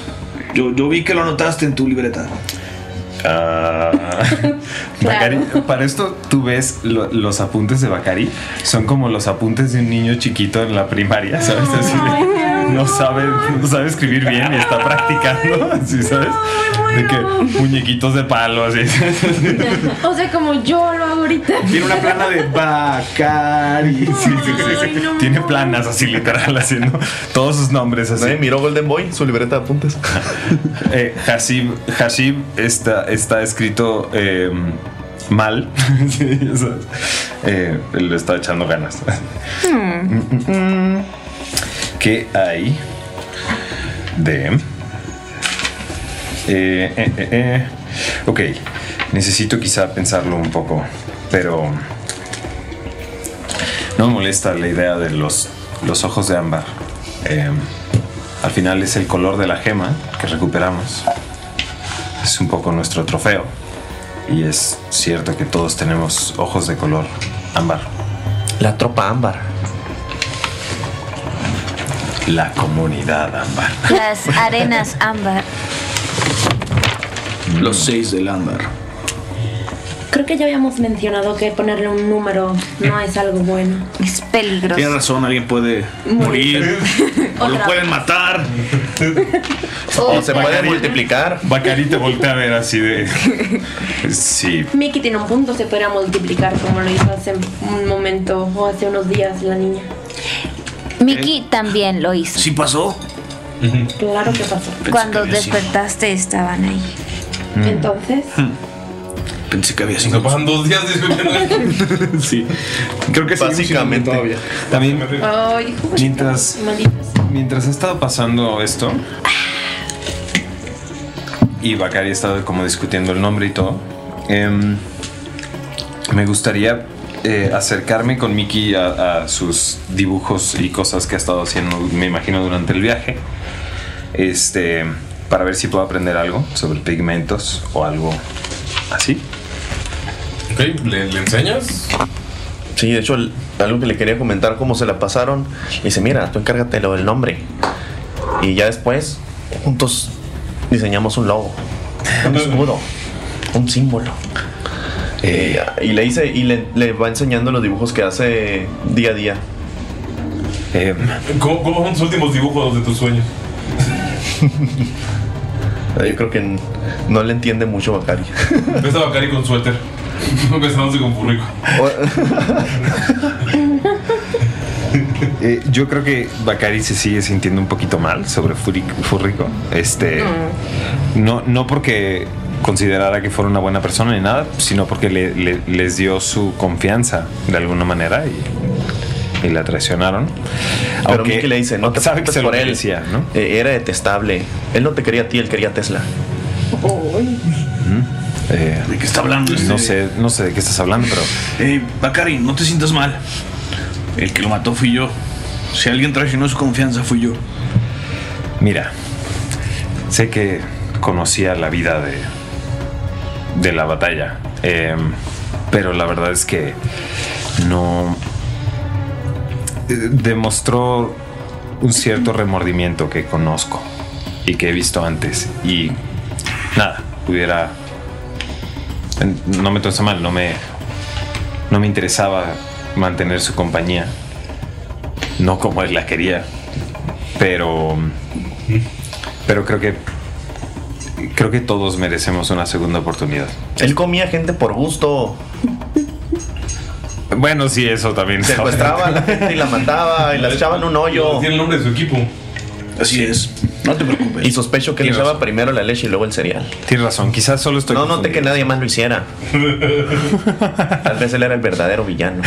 Speaker 12: Yo, yo vi que lo anotaste en tu libreta.
Speaker 7: Ah. Bacari, para esto tú ves lo- los apuntes de Bacari, son como los apuntes de un niño chiquito en la primaria, ¿sabes? Así de- no, sabe, no sabe escribir bien y está practicando, así, ¿sabes? De que muñequitos de palo, así.
Speaker 2: O sea, como yo lo hago ahorita.
Speaker 7: Tiene una plana de Bacari. Sí, sí, sí, sí. Tiene planas así literal haciendo todos sus nombres así.
Speaker 3: miró Golden Boy, su libreta de apuntes.
Speaker 7: Eh, Hasib, Hasib está, está escrito eh, mal. Sí, ya sabes. Eh, le está echando ganas. ¿Qué hay de... eh, eh, eh, eh. Ok, necesito quizá pensarlo un poco, pero no me molesta la idea de los, los ojos de ámbar. Eh, al final es el color de la gema que recuperamos. Es un poco nuestro trofeo. Y es cierto que todos tenemos ojos de color ámbar.
Speaker 3: La tropa ámbar.
Speaker 7: La comunidad ámbar.
Speaker 6: Las arenas ámbar.
Speaker 12: Los seis del ámbar.
Speaker 2: Creo que ya habíamos mencionado que ponerle un número no es algo bueno.
Speaker 6: Es peligroso.
Speaker 12: Tienes razón, alguien puede morir. o lo pueden matar.
Speaker 3: O se puede multiplicar.
Speaker 7: Bacari te voltea a ver así de. Sí,
Speaker 2: Mickey tiene un punto, se podría multiplicar como lo hizo hace un momento o hace unos días la niña.
Speaker 6: Miki también lo hizo.
Speaker 12: ¿Sí pasó?
Speaker 2: Claro que pasó.
Speaker 6: Cuando despertaste estaban ahí.
Speaker 2: Entonces,
Speaker 1: Hmm.
Speaker 12: Pensé que había sido.
Speaker 1: Se pasan dos días discutiendo esto.
Speaker 12: sí.
Speaker 7: Creo que
Speaker 3: Básicamente.
Speaker 7: También.
Speaker 2: Ay, hijo,
Speaker 7: Mientras,
Speaker 2: malditos.
Speaker 7: mientras ha estado pasando esto y Bakari ha estado como discutiendo el nombre y todo, em, me gustaría eh, acercarme con Mickey a, a sus dibujos y cosas que ha estado haciendo, me imagino, durante el viaje. Este, para ver si puedo aprender algo sobre pigmentos o algo así.
Speaker 1: Ok, ¿le, le enseñas?
Speaker 3: Sí, de hecho, el- algo que le quería comentar, cómo se la pasaron, le dice, mira, tú encárgate lo del nombre. Y ya después, juntos diseñamos un logo, un escudo, un símbolo. Y ya, y le dice, y le, le va enseñando los dibujos que hace día a día.
Speaker 1: ¿Cómo, cómo son tus últimos dibujos de tus sueños?
Speaker 3: Yo creo que n- no le entiende mucho Bakari.
Speaker 1: Ves a Bacari con suéter. Besándose con Furrico.
Speaker 7: Eh, yo creo que Bacari se sigue sintiendo un poquito mal sobre Furi- Furrico. Este, no, no porque considerara que fuera una buena persona ni nada, sino porque le- le- les dio su confianza de alguna manera y, y la traicionaron.
Speaker 3: Pero Mickey le dice, no te
Speaker 7: sabe que
Speaker 3: preocupes
Speaker 7: se lo
Speaker 3: por él.
Speaker 7: merecía, ¿no?
Speaker 3: Eh, era detestable. Él no te quería a ti, él quería a Tesla.
Speaker 7: ¿De qué está hablando? Eh, No sé, no sé de qué estás hablando, pero
Speaker 12: Eh, Bakari, no te sientas mal. El que lo mató fui yo. Si alguien traicionó su confianza fui yo.
Speaker 7: Mira, sé que conocía la vida de, de la batalla, eh, pero la verdad es que no eh, demostró un cierto remordimiento que conozco y que he visto antes y nada, hubiera no me tomes a mal, no me no me interesaba mantener su compañía, no como él la quería, pero pero creo que creo que todos merecemos una segunda oportunidad.
Speaker 3: Él comía gente por gusto.
Speaker 7: Bueno, sí, eso también.
Speaker 3: Secuestraba a la gente y la mataba y la echaba en un hoyo.
Speaker 1: Tiene el nombre de su equipo.
Speaker 3: Así es. No te preocupes. Y sospecho que le echaba primero la leche y luego el cereal.
Speaker 7: Tienes razón, quizás solo estoy.
Speaker 3: No noté que nadie más lo hiciera. Tal vez él era el verdadero villano.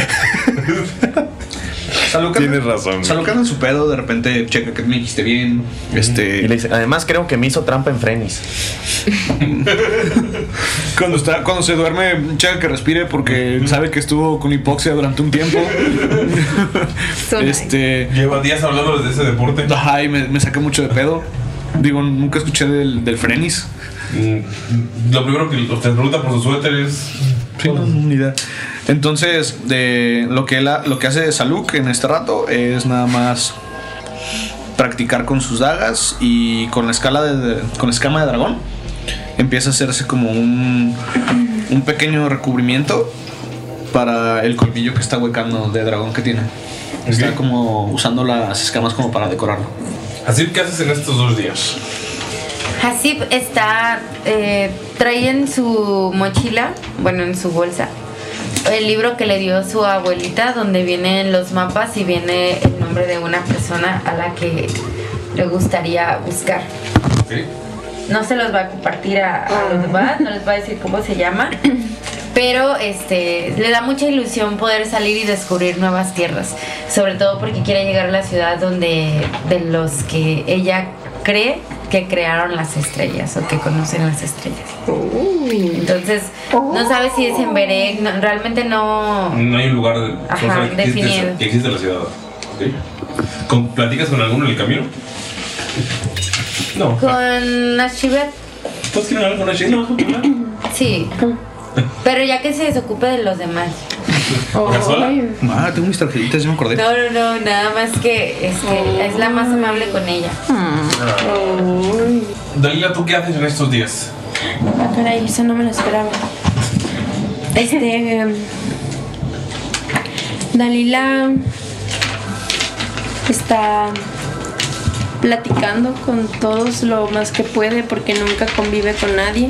Speaker 7: Tienes razón.
Speaker 4: Salucan en su pedo, de repente checa que me dijiste bien. Este.
Speaker 3: Y le dice, además creo que me hizo trampa en Frenis.
Speaker 4: Cuando, está, cuando se duerme, checa que respire porque sabe que estuvo con hipoxia durante un tiempo. este,
Speaker 1: Lleva días hablando de ese deporte.
Speaker 4: Ajá, y me, me saca mucho de pedo. Digo, nunca escuché del, del frenis.
Speaker 1: Mm. Lo primero que te pregunta por su suéter es.
Speaker 4: Sí, no, ni idea. Entonces, de lo que, él ha- lo que hace Saluk en este rato es nada más practicar con sus dagas y con la escala de, de- con la escama de dragón. Empieza a hacerse como un, un pequeño recubrimiento para el colmillo que está huecando de dragón que tiene. Está como usando las escamas como para decorarlo.
Speaker 1: Así que haces en estos dos días.
Speaker 5: Hasib está. eh, trae en su mochila, bueno, en su bolsa, el libro que le dio su abuelita, donde vienen los mapas y viene el nombre de una persona a la que le gustaría buscar. No se los va a compartir a, a los demás, no les va a decir cómo se llama. Pero este le da mucha ilusión poder salir y descubrir nuevas tierras, sobre todo porque quiere llegar a la ciudad donde de los que ella cree que crearon las estrellas o que conocen las estrellas. Entonces, no sabe si es en Berek, no- realmente no
Speaker 1: No hay un lugar de,
Speaker 5: Ajá,
Speaker 1: solo sabe que existe-
Speaker 5: definido.
Speaker 1: que existe la ciudad. ¿ok? ¿Con- ¿Platicas con alguno en el camino? No.
Speaker 5: con Ashibet,
Speaker 1: ¿Todos quieren hablar con Ashley? No.
Speaker 5: sí. Pero ya que se desocupe de los demás. Oh,
Speaker 4: Ah, tengo mis tarjetitas, ya me acordé.
Speaker 5: No, no, no, nada más que este, es la más amable con ella.
Speaker 1: Ah. Dalila, ¿tú qué haces en estos días?
Speaker 2: Ah, caray, eso no me lo esperaba. Este. em, Dalila está platicando con todos lo más que puede porque nunca convive con nadie.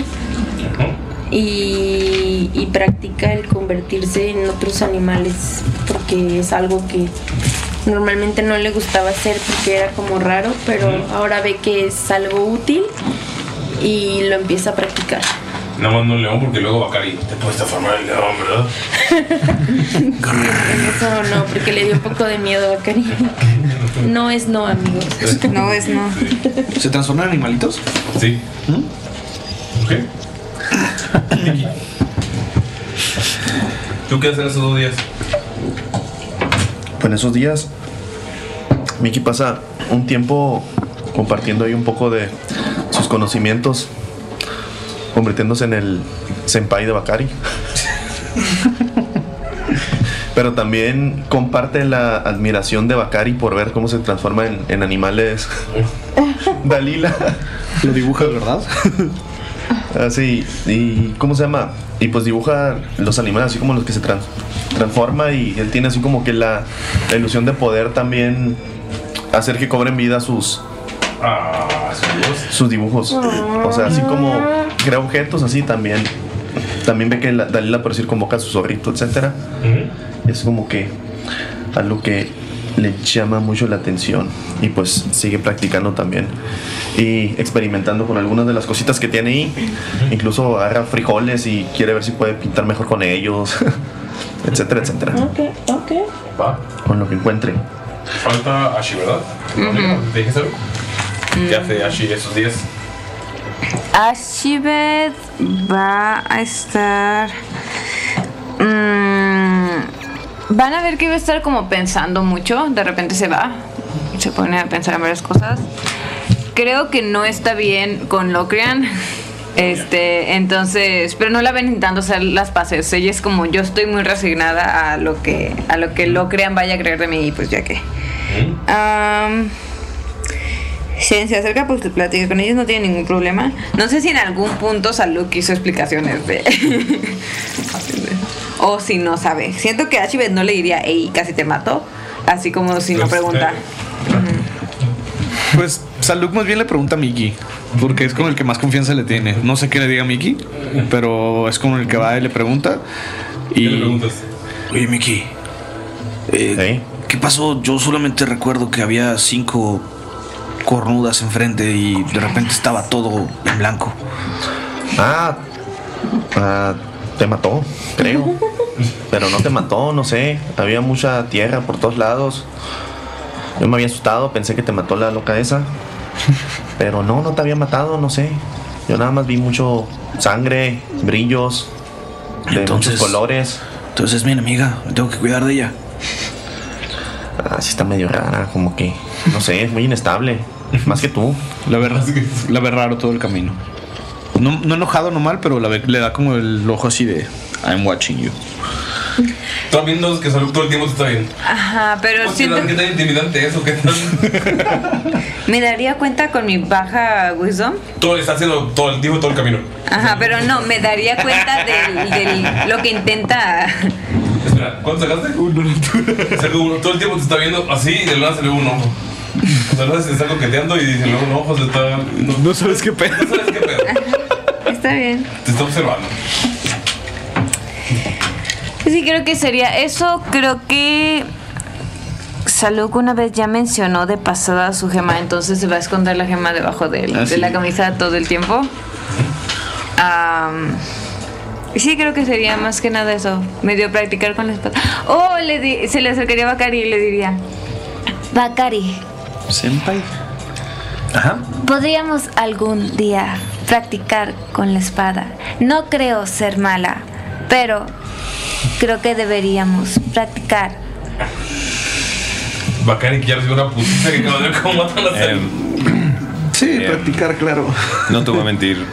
Speaker 2: Y, y practica el convertirse en otros animales porque es algo que normalmente no le gustaba hacer porque era como raro, pero ahora ve que es algo útil y lo empieza a practicar.
Speaker 1: Nada más no león porque luego Bacari te puedes transformar en león, ¿verdad?
Speaker 2: En eso no, porque le dio un poco de miedo a Cari. No es no, amigos. No es no.
Speaker 4: ¿Se transforman en animalitos?
Speaker 1: Sí. ¿Tú qué haces en estos dos días?
Speaker 3: Pues en esos días, Mickey pasa un tiempo compartiendo ahí un poco de sus conocimientos, convirtiéndose en el senpai de Bakari. Pero también comparte la admiración de Bakari por ver cómo se transforma en, en animales. Dalila. Lo dibuja, ¿verdad? Así, ¿y cómo se llama? Y pues dibuja los animales así como los que se trans- transforma y él tiene así como que la, la ilusión de poder también hacer que cobren vida sus, sus dibujos. O sea, así como crea objetos, así también. También ve que la, Dalila, por decir, convoca a su zorrito, etcétera Y es como que algo que le llama mucho la atención. Y pues sigue practicando también. Y experimentando con algunas de las cositas que tiene ahí. Incluso agarra frijoles y quiere ver si puede pintar mejor con ellos, etcétera, etcétera.
Speaker 10: Ok, ok.
Speaker 1: Va.
Speaker 3: Con lo que encuentre.
Speaker 1: Falta Ashi, ¿verdad?
Speaker 11: Ujú. Mm.
Speaker 1: ¿Te dijiste algo? ¿Qué hace Ashi esos días?
Speaker 11: Ashibet va a estar. mm, van a ver que va a estar como pensando mucho. De repente se va. Se pone a pensar en varias cosas. Creo que no está bien con Locrian. Este, entonces, pero no la ven intentando hacer las paces. Ella es como, yo estoy muy resignada a lo que, a lo que Locrian vaya a creer de mí, y pues ya que. Am, si se acerca, pues platica con ellos, no tiene ningún problema. No sé si en algún punto Salud quiso explicaciones de. o si no sabe. Siento que Ashibet no le diría, hey, casi te mató. Así como si no
Speaker 4: Este-
Speaker 11: pregunta.
Speaker 4: Pues Saluk más bien le pregunta a Mickey, porque es con el que más confianza le tiene. No sé qué le diga Mickey, pero es con el que va y le pregunta. Y... le preguntas?
Speaker 12: Oye, Mickey. eh, ¿Qué pasó? Yo solamente recuerdo que había cinco cornudas enfrente y de repente estaba todo en blanco.
Speaker 3: Ah, ah, te mató, creo. Pero no te mató, no sé. Había mucha tierra por todos lados. Yo me había asustado, pensé que te mató la loca esa. Pero no, no te había matado, no sé. Yo nada más vi mucho sangre, brillos, de
Speaker 12: Entonces-
Speaker 3: muchos colores.
Speaker 12: Entonces es mi enemiga, me tengo que cuidar de ella.
Speaker 3: Ah, sí está medio rara, como que, no sé, es muy inestable. Más que tú.
Speaker 4: La ve, la ve raro todo el camino. No, no enojado, no mal, pero la ve- le da como el ojo así de I'm watching you.
Speaker 1: Están viendo que Salud todo el tiempo te está viendo.
Speaker 11: Ajá, pero
Speaker 1: ¿Qué
Speaker 11: siento
Speaker 1: tan, qué tan intimidante es o qué tan...
Speaker 11: me daría cuenta con mi baja wisdom.
Speaker 1: Todo está haciendo todo el dijo todo el camino.
Speaker 11: Ajá, pero no, me daría cuenta del, del- lo que intenta.
Speaker 1: Espera, ¿cuánto sacaste? Uno Saco uno. Todo el tiempo te está viendo así y de nada se le ve un ojo. O sea, nada se está coqueteando y se le ve un ojo, se está... No,
Speaker 4: sabes qué pedo.
Speaker 11: Está bien.
Speaker 1: Te está observando.
Speaker 11: Sí, creo que sería eso. Creo que Saluk una vez ya mencionó de pasada su gema, entonces se va a esconder la gema debajo de, él,
Speaker 10: Ah,
Speaker 11: de
Speaker 10: sí.
Speaker 11: la camisa todo el tiempo. Am, sí, creo que sería más que nada eso. Medio practicar con la espada. Oh, le di- se le acercaría a Bakari y le diría.
Speaker 6: Bakari,
Speaker 12: Senpai. Ajá.
Speaker 6: podríamos algún día practicar con la espada. No creo ser mala, pero creo que deberíamos practicar.
Speaker 1: Bacán y que ya recibió una putiza que acaba de ver cómo matan a Salud.
Speaker 4: Sí, practicar, claro.
Speaker 7: Em, No te voy a mentir,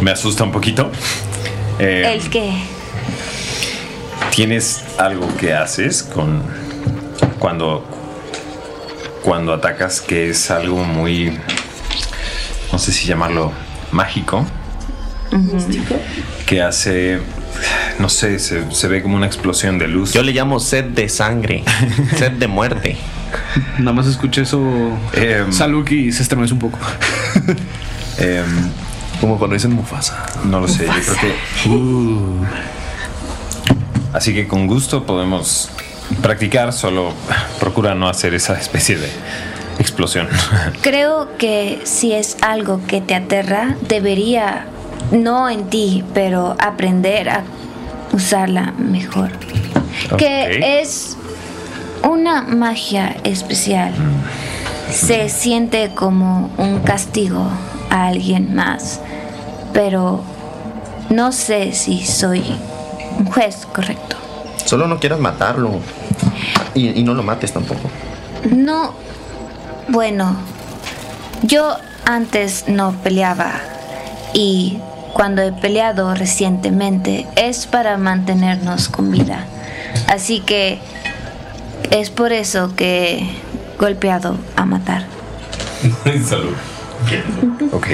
Speaker 7: me asusta un poquito. Eh,
Speaker 6: ¿El qué?
Speaker 7: ¿Tienes algo que haces con cuando cuando atacas que es algo muy no sé si llamarlo mágico que hace no sé se, se ve como una explosión de luz. Yo
Speaker 3: le llamo sed de sangre, sed de muerte.
Speaker 4: Nada más escuché eso. Saluk y se estremece un poco.
Speaker 12: Em.
Speaker 3: como cuando dicen Mufasa.
Speaker 7: No lo sé, yo creo que uh. Así que con gusto podemos practicar, solo procura no hacer esa especie de explosión.
Speaker 6: Creo que si es algo que te aterra, debería, no en ti, pero aprender a usarla mejor. Que es una magia especial. Se siente como un castigo a alguien más, pero no sé si soy un juez correcto.
Speaker 3: Solo no quieras matarlo. Y, y no lo mates tampoco.
Speaker 6: No, bueno, yo antes no peleaba y cuando he peleado recientemente es para mantenernos con vida. Así que es por eso que golpeado a matar.
Speaker 1: Salud.
Speaker 7: Ok.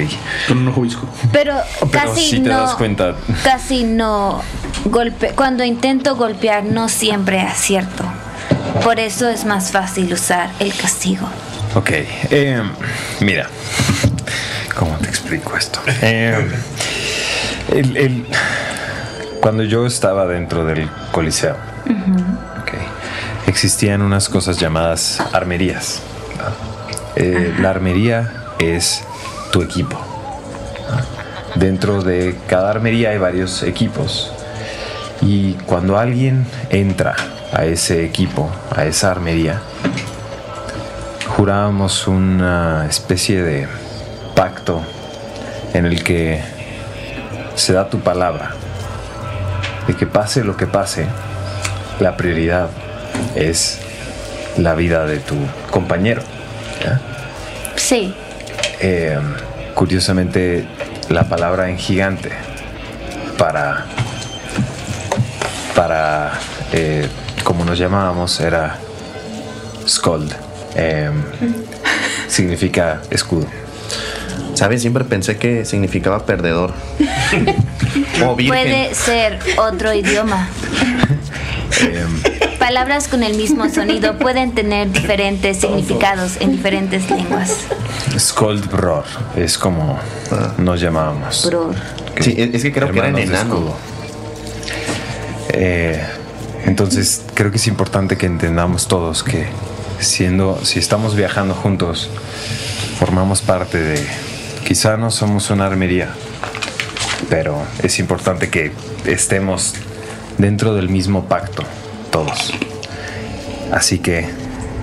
Speaker 4: Con un ojo visco.
Speaker 6: Pero,
Speaker 7: Pero
Speaker 6: casi
Speaker 7: si te
Speaker 6: no
Speaker 7: das cuenta,
Speaker 6: casi no golpe cuando intento golpear no siempre acierto. Por eso es más fácil usar el castigo.
Speaker 7: Ok, eh, mira, ¿cómo te explico esto? Eh, el- el- cuando yo estaba dentro del Coliseo, existían unas cosas llamadas armerías. Eh, la armería es tu equipo. Dentro de cada armería hay varios equipos. Y cuando alguien entra a ese equipo, a esa armería, jurábamos una especie de pacto en el que se da tu palabra de que pase lo que pase, la prioridad es la vida de tu compañero. ¿ya?
Speaker 6: Sí.
Speaker 7: Eh, curiosamente, la palabra en gigante para, para eh, como nos llamábamos, era scold. eh, significa escudo.
Speaker 3: ¿Sabes? Siempre pensé que significaba perdedor. o virgen.
Speaker 6: Puede ser otro idioma.
Speaker 3: Eh,
Speaker 6: Palabras con el mismo sonido pueden tener diferentes significados en diferentes lenguas.
Speaker 7: Scold Bror es como nos llamábamos.
Speaker 6: Bror.
Speaker 7: Sí, es que
Speaker 3: creo que eran enano.
Speaker 7: Eh, entonces, creo que es importante que entendamos todos que siendo, si estamos viajando juntos, formamos parte de. Quizá no somos una armería, pero es importante que estemos dentro del mismo pacto, todos. Así que,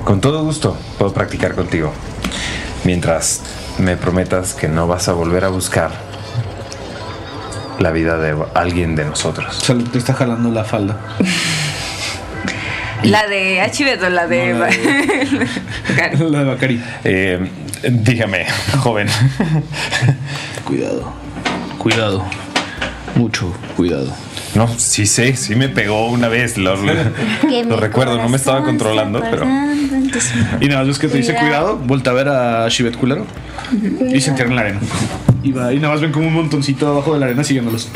Speaker 7: con todo gusto, puedo practicar contigo. Mientras me prometas que no vas a volver a buscar la vida de alguien de nosotros.
Speaker 4: Salud te está jalando la falda.
Speaker 11: La de Achibet o la de Eva.
Speaker 4: la de Bacari.
Speaker 7: Em, dígame, joven.
Speaker 4: Cuidado. Cuidado. Mucho cuidado.
Speaker 7: No, sí sé, sí me pegó una vez. Lo,
Speaker 6: Que
Speaker 7: lo
Speaker 6: mi
Speaker 7: recuerdo, no me estaba controlando, pero.
Speaker 6: guardando en tus manos.
Speaker 4: Y nada más ves que te dice
Speaker 6: Cuidado.
Speaker 4: cuidado, volta a ver a Shivet culero y se entierra en la arena. Y, va- y nada más ven como un montoncito abajo de la arena siguiéndolos.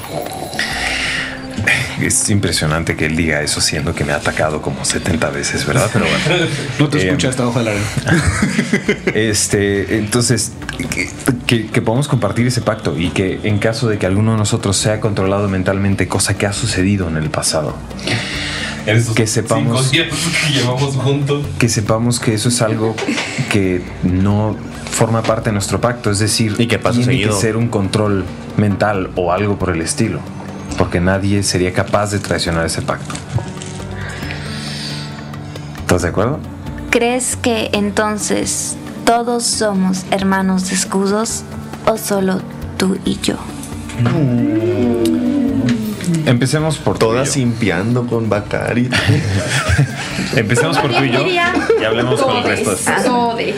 Speaker 7: Es impresionante que él diga eso, siendo que me ha atacado como 70 veces, ¿verdad? Pero bueno.
Speaker 4: No te
Speaker 7: Eh,
Speaker 4: escucha esta hoja de la arena.
Speaker 7: Este, entonces, que, que- que podamos compartir ese pacto y que en caso de que alguno de nosotros sea controlado mentalmente, cosa que ha sucedido en el pasado, que
Speaker 1: Cinco
Speaker 7: sepamos
Speaker 1: tiempos que llevamos juntos.
Speaker 7: que sepamos que eso es algo que no forma parte de nuestro pacto, es decir, y que
Speaker 3: pasa
Speaker 7: tiene
Speaker 3: seguido.
Speaker 7: que ser un control mental o algo por el estilo, porque nadie sería capaz de traicionar ese pacto. ¿Estás de acuerdo?
Speaker 6: ¿Crees que entonces todos somos hermanos de escudos o solo tú y yo?
Speaker 7: Empecemos por
Speaker 3: todas impiando con Bacari.
Speaker 7: Empecemos por tú y yo y hablemos con el resto de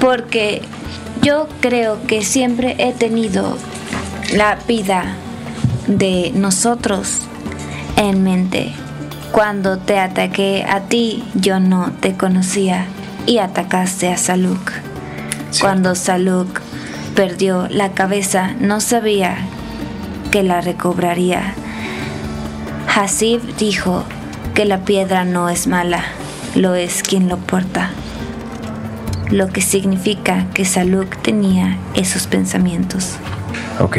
Speaker 6: Porque yo creo que siempre he tenido la vida de nosotros en mente. Cuando te ataqué a ti, yo no te conocía y atacaste a Saluk. Cuando Saluk perdió la cabeza, no sabía que la recobraría. Hasib dijo que la piedra no es mala, lo es quien lo porta lo que significa que Saluk tenía esos pensamientos.
Speaker 7: Ok,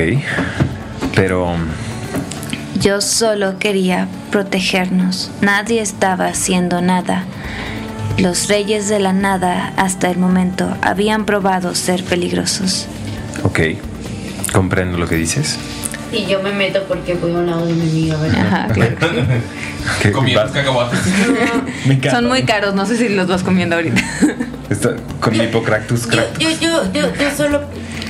Speaker 7: pero
Speaker 6: Yo solo quería protegernos. Nadie estaba haciendo nada. Los reyes de la nada hasta el momento habían probado ser peligrosos.
Speaker 7: Ok, comprendo lo que dices.
Speaker 9: Y yo me meto porque voy a un lado de mi amiga, ¿verdad?
Speaker 11: Ajá,
Speaker 7: Que
Speaker 1: Comiendo cacahuates.
Speaker 7: Me encanta.
Speaker 11: Son muy caros, no sé si los vas comiendo ahorita.
Speaker 7: Está con mi hipocractus crack.
Speaker 9: Yo, yo, yo, yo solo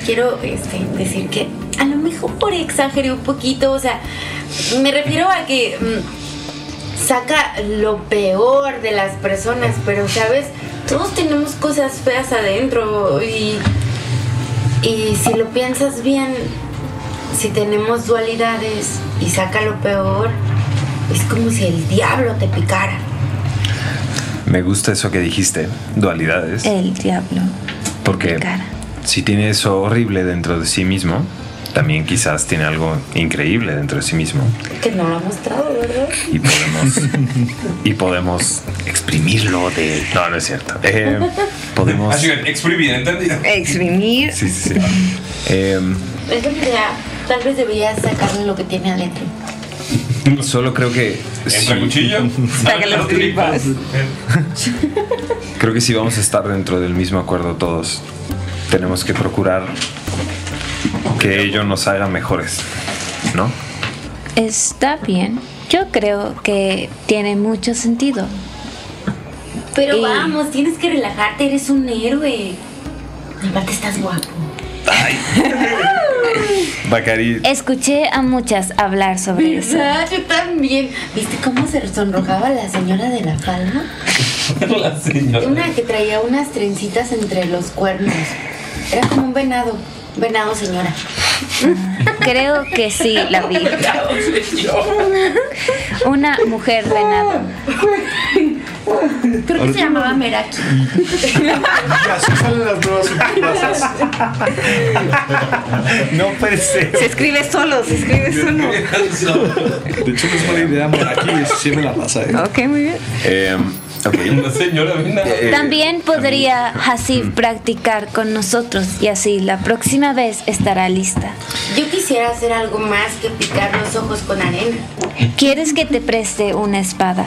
Speaker 9: quiero este, decir que a lo mejor exageré un poquito, o sea, me refiero a que mm, saca lo peor de las personas, pero sabes, todos tenemos cosas feas adentro y, y si lo piensas bien, si tenemos dualidades y saca lo peor,
Speaker 5: Es como si el diablo te picara.
Speaker 7: Me gusta eso que dijiste, dualidades.
Speaker 6: El diablo.
Speaker 7: Porque
Speaker 6: Cara.
Speaker 7: si tiene eso horrible dentro de sí mismo, también quizás tiene algo increíble dentro de sí mismo.
Speaker 5: Que no lo ha mostrado, ¿verdad?
Speaker 7: Y podemos, y podemos exprimirlo de... No, no es cierto. Eh, podemos...
Speaker 1: Así que exprimir, ¿entendido?
Speaker 5: Exprimir.
Speaker 7: Sí, sí, sí. Em,
Speaker 5: Es lo que te da. Tal vez deberías sacarle lo que tiene adentro.
Speaker 7: solo creo que... Entra cuchillo.
Speaker 5: Saca las tripas.
Speaker 7: Creo que si vamos a estar dentro del mismo acuerdo todos, tenemos que procurar que ello nos haga mejores, ¿no?
Speaker 6: Está bien. Yo creo que tiene mucho sentido.
Speaker 5: Pero vamos, tienes que relajarte, eres un héroe. Aparte estás guapo.
Speaker 7: Bacari,
Speaker 6: Escuché a muchas hablar sobre eso.
Speaker 5: ¿Verdad? Yo también. ¿Viste cómo se sonrojaba la señora de la palma?
Speaker 1: La señora.
Speaker 5: Una que traía unas trencitas entre los cuernos. Era como un venado. Venado, señora.
Speaker 6: Creo que sí, la vi. Una mujer venado.
Speaker 5: Creo que se llamaba Meraki.
Speaker 13: Y así salen las nuevas razas.
Speaker 7: No pensé.
Speaker 11: Se escribe solo, se escribe solo.
Speaker 14: De hecho, no es mala idea, pero aquí es siempre la raza. ¿eh?
Speaker 11: Ok, muy bien.
Speaker 1: Eh,
Speaker 7: em, ok.
Speaker 1: Una señora, venga.
Speaker 6: También podría Hasif practicar con nosotros y así la próxima vez estará lista.
Speaker 5: Yo quisiera hacer algo más que picar los ojos con arena.
Speaker 6: ¿Quieres que te preste una espada?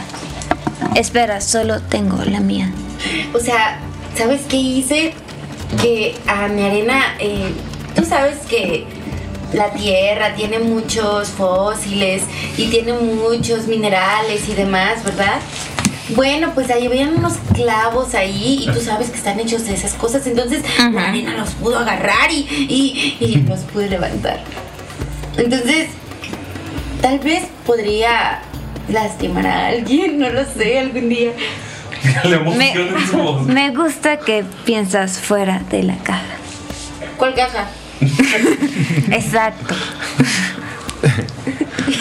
Speaker 6: Espera, solo tengo la mía.
Speaker 5: O sea, ¿sabes qué hice? Que a mi arena, eh, tú sabes que la tierra tiene muchos fósiles y tiene muchos minerales y demás, ¿verdad? Bueno, pues ahí habían unos clavos ahí y tú sabes que están hechos de esas cosas, entonces la arena los pudo agarrar y, y- y los pude levantar. Entonces, tal vez podría lastimar a alguien, no lo sé, algún día.
Speaker 1: La
Speaker 6: Me, me gusta que piensas fuera de la caja.
Speaker 5: ¿Cuál caja?
Speaker 6: Exacto.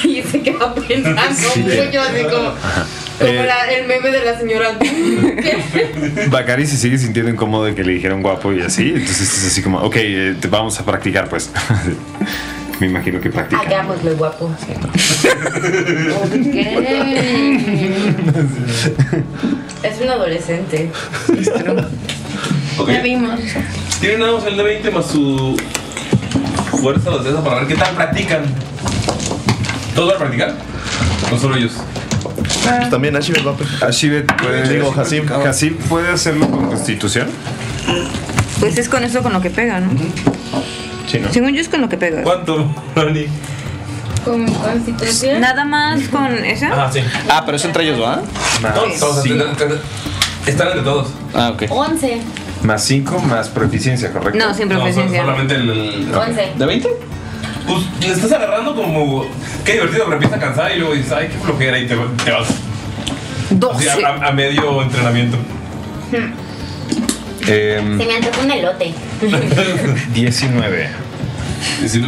Speaker 5: y se queda pensando
Speaker 7: Sí.
Speaker 5: mucho así como,
Speaker 7: Ajá.
Speaker 5: como
Speaker 7: Eh,
Speaker 5: la- el meme de la señora
Speaker 7: Bacari se sigue sintiendo incómodo de que le dijeron guapo y así, entonces es así como, ok, eh, te- vamos a practicar pues. Me imagino que practica.
Speaker 5: hagámoslo guapo es un adolescente
Speaker 1: Ok.
Speaker 5: ya vimos
Speaker 1: Tienen nada más el de 20 más su fuerza de destreza para ver qué tal practican. ¿Todos van a practicar? No solo ellos.
Speaker 7: También Ashibet va a Ashibet puede.
Speaker 15: Digo, Hasib.
Speaker 7: Hasib puede hacerlo con constitución.
Speaker 11: Pues es con eso con lo que pega, ¿no?
Speaker 7: Sí, ¿no?
Speaker 11: Según yo es con lo que pega.
Speaker 1: ¿Cuánto, Ronnie?
Speaker 11: ¿Con constitución? Nada más con esa.
Speaker 1: sí.
Speaker 4: Ah, pero es entre ellos, ¿va?
Speaker 1: Todos, todos, entre- entre- están entre todos.
Speaker 4: Ah, ok.
Speaker 5: 11
Speaker 7: Más 5 más proficiencia, ¿correcto?
Speaker 11: No, sin proficiencia.
Speaker 1: solamente el. el-
Speaker 5: Once.
Speaker 1: ¿De 20? Pues le estás agarrando como. Qué divertido, pero empieza a cansar y luego dices, ay, qué flojera y te, te vas. Así, a- a, a medio entrenamiento. Em,
Speaker 5: se me antoja un elote
Speaker 7: 19.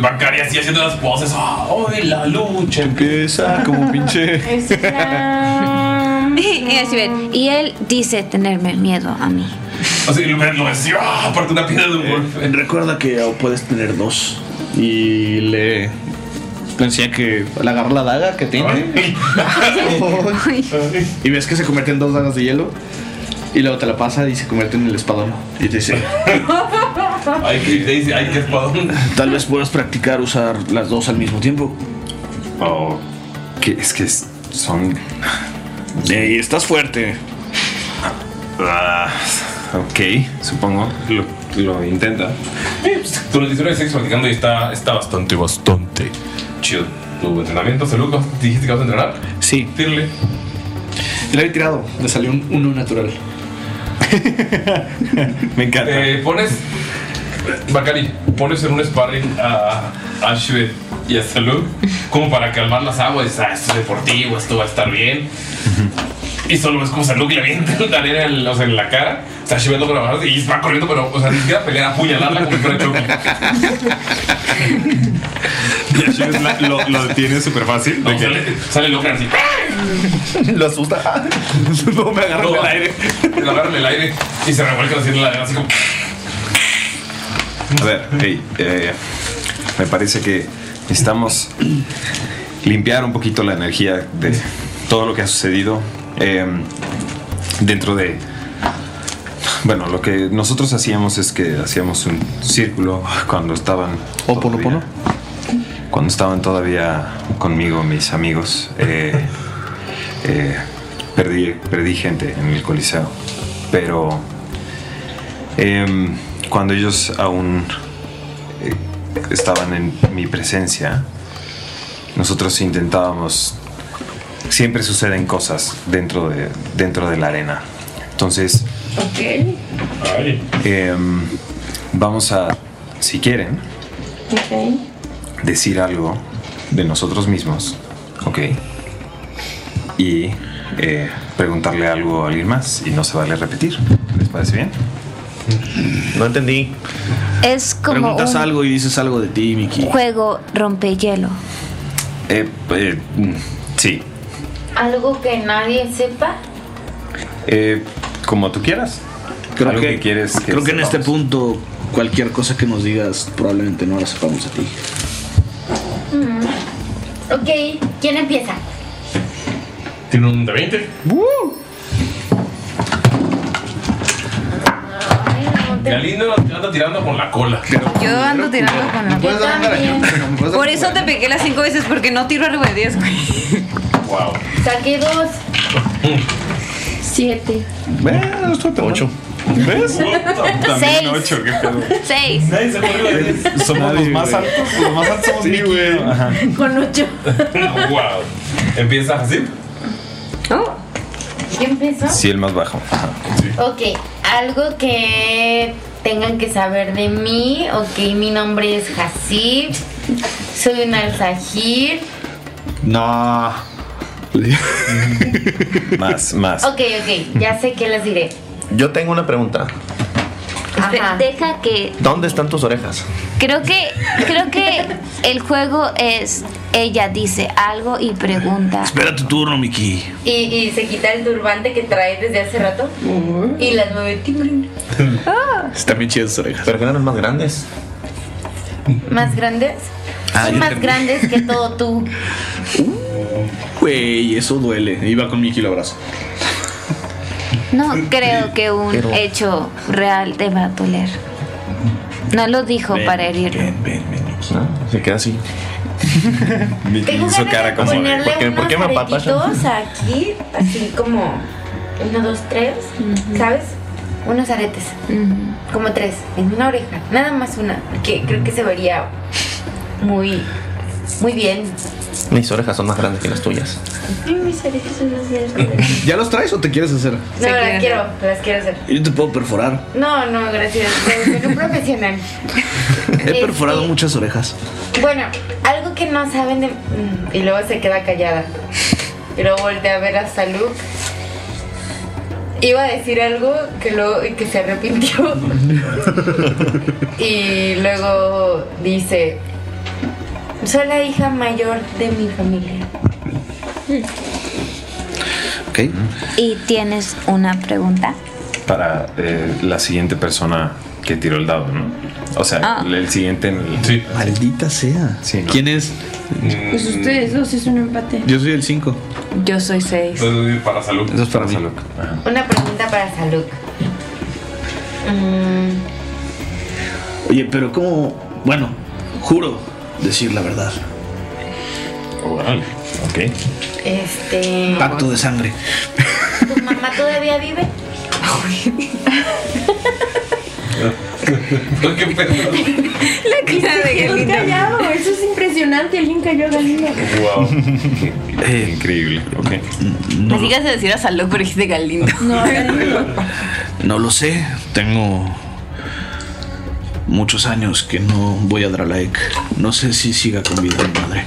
Speaker 1: Bacari así haciendo las poses. ¡Ah, hoy la lucha
Speaker 4: empieza como pinche.
Speaker 6: Y así ven, y él dice tenerme miedo a mí.
Speaker 1: Así lo ven, lo ves, y, ¡ah! Aparte una piedra de un golpe.
Speaker 4: Recuerda que oh, puedes tener dos. Y le. Le enseña que le agarra la daga que tiene. y ves que se convierte en dos dagas de hielo. Y luego te la pasa y se convierte en el espadón. Y te dice:
Speaker 1: Ay, que te dice, ay, qué espadón.
Speaker 4: Tal vez puedas practicar usar las dos al mismo tiempo.
Speaker 7: Oh, que es que es- son.
Speaker 4: Ey, estás fuerte.
Speaker 7: Ah, ok, supongo. Lo, lo intenta.
Speaker 1: Tú los 19 sigues practicando y está, está bastante, bastante chido. Tu entrenamiento, salud, ¿vas- dijiste que vas a entrenar.
Speaker 4: Sí.
Speaker 1: Tírale.
Speaker 4: Le había tirado, le salió un uno natural.
Speaker 7: Me encanta.
Speaker 1: Eh, pones. Bacari, pones en un sparring a Ashwe y a Salud como para calmar las aguas. Dices, Ah, esto es deportivo, esto va a estar bien. y solo ves como Saluk le avienta la arena en, o sea, en la cara. O sea, Shivet logra bajarse y va corriendo, pero, o sea, ni siquiera pelear, apuñalarla como un Chucky.
Speaker 7: Y así es la- lo, lo detiene súper fácil. de que-
Speaker 1: Sale Locran así.
Speaker 3: Lo asusta.
Speaker 1: no, me agarro el aire. Lo agarra en el aire y se revuelca así en la arena, así como.
Speaker 7: A ver, hey, eh, me parece que necesitamos limpiar un poquito la energía de todo lo que ha sucedido eh, dentro de... Bueno, lo que nosotros hacíamos es que hacíamos un círculo cuando estaban... ¿O Cuando estaban todavía conmigo mis amigos, eh, eh, perdí, perdí gente en el coliseo, pero... Em, cuando ellos aún eh, estaban en mi presencia, nosotros intentábamos... Siempre suceden cosas dentro de, dentro de la arena. Entonces,
Speaker 16: Ok.
Speaker 7: em, vamos a, si quieren,
Speaker 16: Ok.
Speaker 7: decir algo de nosotros mismos, ¿ok? Y eh, preguntarle algo a alguien más y no se vale repetir. ¿Les parece bien?
Speaker 3: No entendí.
Speaker 6: Es como
Speaker 4: Preguntas
Speaker 6: un
Speaker 4: algo y dices algo de ti, Miki.
Speaker 6: juego rompehielo.
Speaker 7: Eh, eh, mm, sí,
Speaker 17: Algo que nadie sepa.
Speaker 7: Eh, como tú quieras.
Speaker 4: Creo
Speaker 7: Algo
Speaker 4: que,
Speaker 7: que quieres que
Speaker 4: creo que en
Speaker 7: sepamos.
Speaker 4: este punto cualquier cosa que nos digas probablemente no la sepamos a ti.
Speaker 17: Mm. Ok, ¿quién empieza?
Speaker 1: Tiene un de 20. Galindo anda tirando con la cola.
Speaker 11: Yo ando tirando con la
Speaker 1: puedes dar una araña? puedes dar
Speaker 11: Por eso te pegué las cinco veces, porque no tiro arriba de 10, güey.
Speaker 1: Wow.
Speaker 17: Saqué dos. Siete.
Speaker 7: Bueno, estoy Ocho. ¿Ves?
Speaker 17: Seis.
Speaker 7: ocho, qué pedo.
Speaker 17: Seis.
Speaker 7: Somos los más altos, los más altos somos Miki. Ajá.
Speaker 17: Con ocho.
Speaker 1: Wow. ¿Empiezas así?
Speaker 17: ¿Quién empezó?
Speaker 7: Sí, el más bajo. Ajá.
Speaker 17: Ok, algo que tengan que saber de mí. Ok, mi nombre es Hasib. Soy un alzajir.
Speaker 7: No. más, más.
Speaker 17: Ok, ok, ya sé qué les diré.
Speaker 3: Yo tengo una pregunta.
Speaker 6: Deja que
Speaker 3: ¿Dónde están tus orejas?
Speaker 6: creo que creo que el juego es ella dice algo y pregunta.
Speaker 4: Espera tu turno, Miki.
Speaker 5: Y, y se quita el turbante que trae desde hace rato y las mueve. Timbrin.
Speaker 17: Ah,
Speaker 3: Están bien chidas tus orejas. Pero que eran más grandes.
Speaker 17: ¿Más grandes?
Speaker 4: Ah,
Speaker 17: Son
Speaker 4: yo
Speaker 17: más
Speaker 4: también.
Speaker 17: grandes que todo tú.
Speaker 4: Güey, eso duele. Iba con Miki y lo abrazo.
Speaker 6: No creo que un
Speaker 4: Pero-
Speaker 6: hecho real te va a doler. No lo dijo
Speaker 3: Ven,
Speaker 6: para herirlo.
Speaker 3: No, Ah, se queda así.
Speaker 5: Tengo
Speaker 3: hizo
Speaker 5: ganas
Speaker 3: cara
Speaker 5: de
Speaker 3: como de,
Speaker 5: ponerle
Speaker 3: ¿por qué- por qué me
Speaker 5: unos
Speaker 3: apapachan?
Speaker 5: aretitos aquí, así como uno, dos, tres, ¿sabes? Unos aretes, como tres, en una oreja, nada más una, porque creo que se vería muy, muy bien.
Speaker 3: Mis orejas son más grandes que las tuyas.
Speaker 5: Ay, mis aretes son más grandes.
Speaker 4: ¿Ya los traes o te quieres hacer?
Speaker 5: No, las quiero, las quiero hacer.
Speaker 4: Yo te puedo perforar.
Speaker 5: No, no, gracias. Soy un profesional.
Speaker 4: He perforado muchas orejas.
Speaker 5: Bueno, algo que no saben de. mm, Y luego se queda callada. Y luego voltea a ver a Salud. Iba a decir algo que luego y que se arrepintió. y luego dice. Soy la hija mayor de mi familia.
Speaker 7: Ok.
Speaker 6: Y tienes una pregunta.
Speaker 7: Para eh, la siguiente persona que tiró el dado, ¿no? O sea,
Speaker 11: Ah.
Speaker 7: el siguiente en el. Mm,
Speaker 4: Maldita sea. ¿Quién es?
Speaker 16: Pues ustedes dos es un empate.
Speaker 4: Yo soy el 5.
Speaker 11: Yo soy 6.
Speaker 5: Este.
Speaker 1: para salud.
Speaker 4: Eso es para, mí.
Speaker 5: Una pregunta para Salud. Mm,
Speaker 4: Oye, pero ¿cómo? Bueno, juro decir la verdad.
Speaker 7: ok.
Speaker 5: este.
Speaker 4: Pacto de sangre.
Speaker 5: ¿Tu mamá todavía vive?
Speaker 1: ¿Qué pedo?
Speaker 2: La
Speaker 11: cara de Galindo.
Speaker 2: callado, eso es impresionante. Alguien cayó Galindo.
Speaker 7: Wow.
Speaker 4: Eh,
Speaker 7: Increíble. Ok.
Speaker 11: Me digas de decir a Salud, pero dijiste Galindo.
Speaker 2: No, Galindo.
Speaker 4: No lo sé. Tengo muchos años que no voy a Dralaek. No sé si siga con vida mi madre.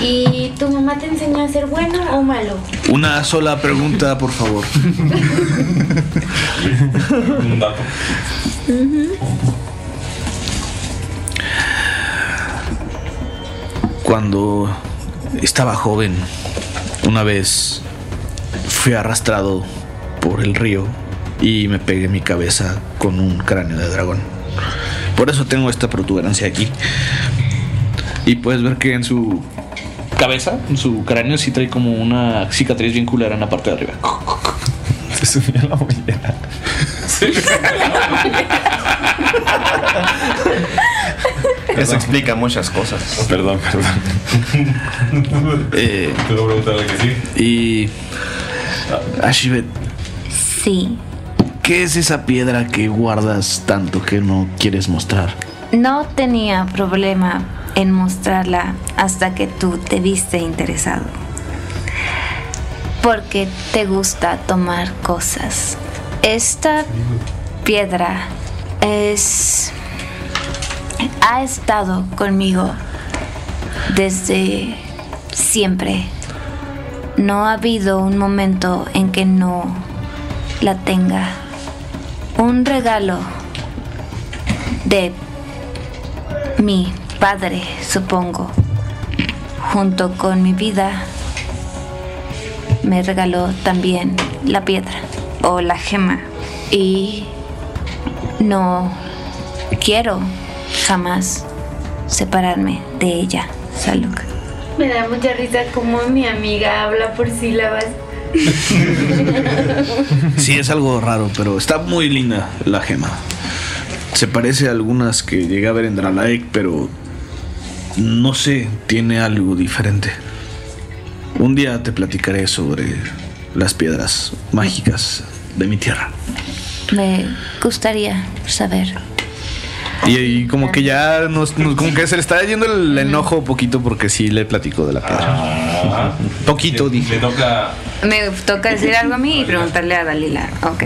Speaker 5: ¿Y tu mamá te enseñó a ser bueno o malo?
Speaker 4: Una sola pregunta, por favor.
Speaker 18: Un dato.
Speaker 4: Cuando estaba joven, una vez fui arrastrado por el río y me pegué mi cabeza con un cráneo de dragón. Por eso tengo esta protuberancia aquí. Y puedes ver que en su cabeza, en su cráneo, sí trae como una cicatriz bien culera en la parte de arriba.
Speaker 7: Se subió la mollera.
Speaker 3: Eso explica muchas cosas.
Speaker 1: Perdón, perdón.
Speaker 4: Eh, Y. Ashibet,
Speaker 6: Sí.
Speaker 4: ¿qué es esa piedra que guardas tanto que no quieres mostrar?
Speaker 6: No tenía problema en mostrarla hasta que tú te viste interesado. Porque te gusta tomar cosas. Esta piedra es... ha estado conmigo desde siempre. No ha habido un momento en que no la tenga. Un regalo de mi padre, supongo, junto con mi vida, me regaló también la piedra o la gema. Y no quiero jamás separarme de ella, Saluk.
Speaker 5: Me da mucha risa como mi amiga habla por sílabas.
Speaker 4: Sí, es algo raro, pero está muy linda la gema. Se parece a algunas que llegué a ver en Dralaek, pero no sé, tiene algo diferente. Un día te platicaré sobre las piedras mágicas de mi tierra.
Speaker 6: Me gustaría saber.
Speaker 4: Y, y como que ya nos, nos- como que se le está yendo el enojo poquito porque sí le platico de la piedra. Poquito, dije.
Speaker 18: toca
Speaker 19: Me toca decir algo a mí y preguntarle a Dalila. Ok.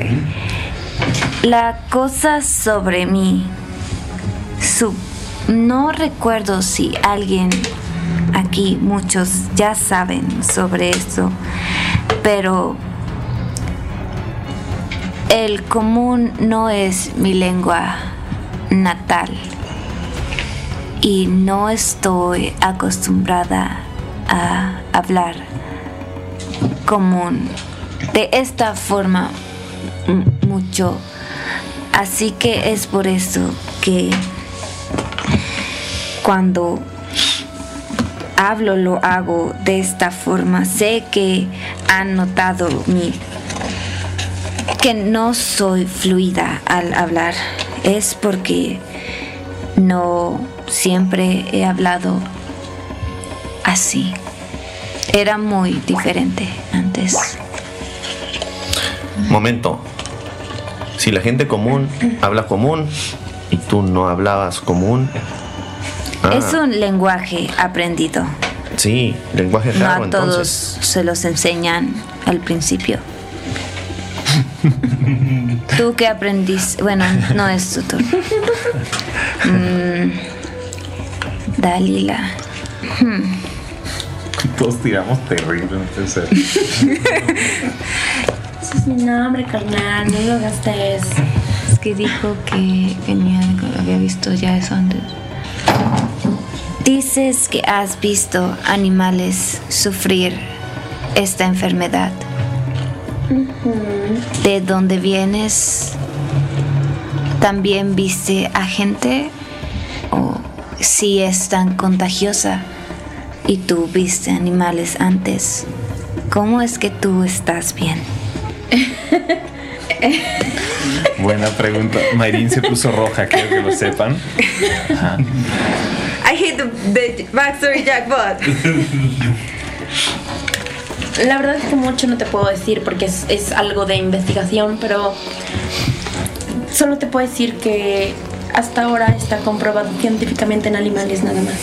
Speaker 6: La cosa sobre mí. Su- no recuerdo si alguien aquí, muchos ya saben sobre eso, pero el común no es mi lengua natal y no estoy acostumbrada a hablar común de esta forma m- mucho. Así que es por eso que cuando hablo lo hago de esta forma. Sé que han notado mi que no soy fluida al hablar. Es porque no siempre he hablado así. Era muy diferente antes.
Speaker 3: Momento. Si la gente común habla común y tú no hablabas común. Ah,
Speaker 6: Es un lenguaje aprendido.
Speaker 3: Sí, lenguaje
Speaker 6: No
Speaker 3: raro
Speaker 6: a todos
Speaker 3: entonces.
Speaker 6: se los enseñan al principio. ¿Tú qué aprendiste? Bueno, no es tu turno. Mm, Dalila. Hmm,
Speaker 1: Todos tiramos terrible. entonces.
Speaker 2: Ese es mi nombre, carnal, no lo gastes.
Speaker 6: Es que dijo que venía, que había visto ya eso antes. Dices que has visto animales sufrir esta enfermedad. de dónde vienes, también viste a gente o si es tan contagiosa y tú viste animales antes. ¿Cómo es que tú estás bien?
Speaker 7: Buena pregunta. Mayrin se puso roja, quiero que lo sepan. Ajá.
Speaker 11: I hate the, the backstory jackpot.
Speaker 2: La verdad es que mucho no te puedo decir porque es, es algo de investigación, pero solo te puedo decir que hasta ahora está comprobado científicamente en animales nada más.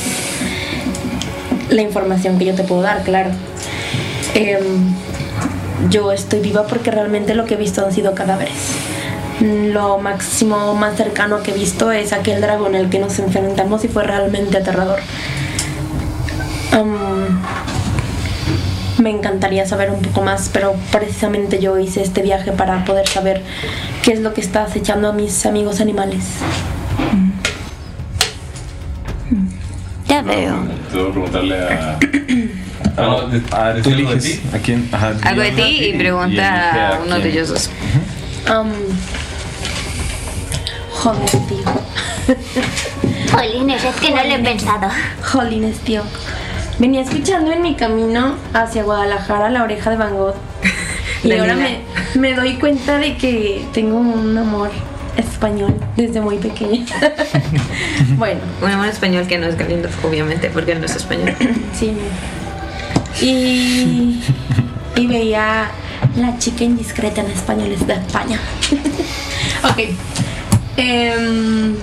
Speaker 2: La información que yo te puedo dar, claro. Em, yo estoy viva porque realmente lo que he visto han sido cadáveres. Lo máximo más cercano que he visto es aquel dragón al que nos enfrentamos y fue realmente aterrador. Am, me encantaría saber un poco más, pero precisamente yo hice este viaje para poder saber qué es lo que está acechando a mis amigos animales.
Speaker 20: Ya veo.
Speaker 6: Debo preguntarle a. Ah, no, de- a ¿Tú eliges
Speaker 7: a quién? Ajá,
Speaker 1: Algo de ti y pregunta a uno de ellos dos.
Speaker 2: Am, joder, tío.
Speaker 20: Jolines, es que no lo he pensado.
Speaker 2: Jolines, tío. Venía escuchando en mi camino hacia Guadalajara la oreja de Van Gogh. Y
Speaker 11: La
Speaker 2: ahora
Speaker 11: nena.
Speaker 2: me, me doy cuenta de que tengo un amor español desde muy pequeña. bueno.
Speaker 11: Un amor español que no es galindo, obviamente, porque no es español.
Speaker 2: Sí. Y, y veía la chica indiscreta en español es de España. ok. Em,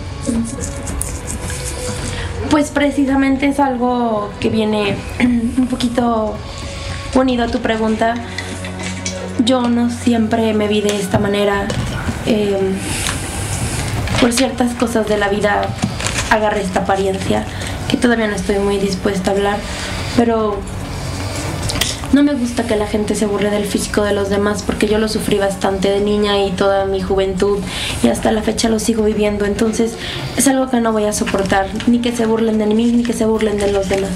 Speaker 2: pues precisamente es algo que viene un poquito unido a tu pregunta. Yo no siempre me vi de esta manera. Em, por ciertas cosas de la vida agarré esta apariencia que todavía no estoy muy dispuesta a hablar, pero no me gusta que la gente se burle del físico de los demás porque yo lo sufrí bastante de niña y toda mi juventud y hasta la fecha lo sigo viviendo, entonces es algo que no voy a soportar, ni que se burlen de mí ni que se burlen de los demás.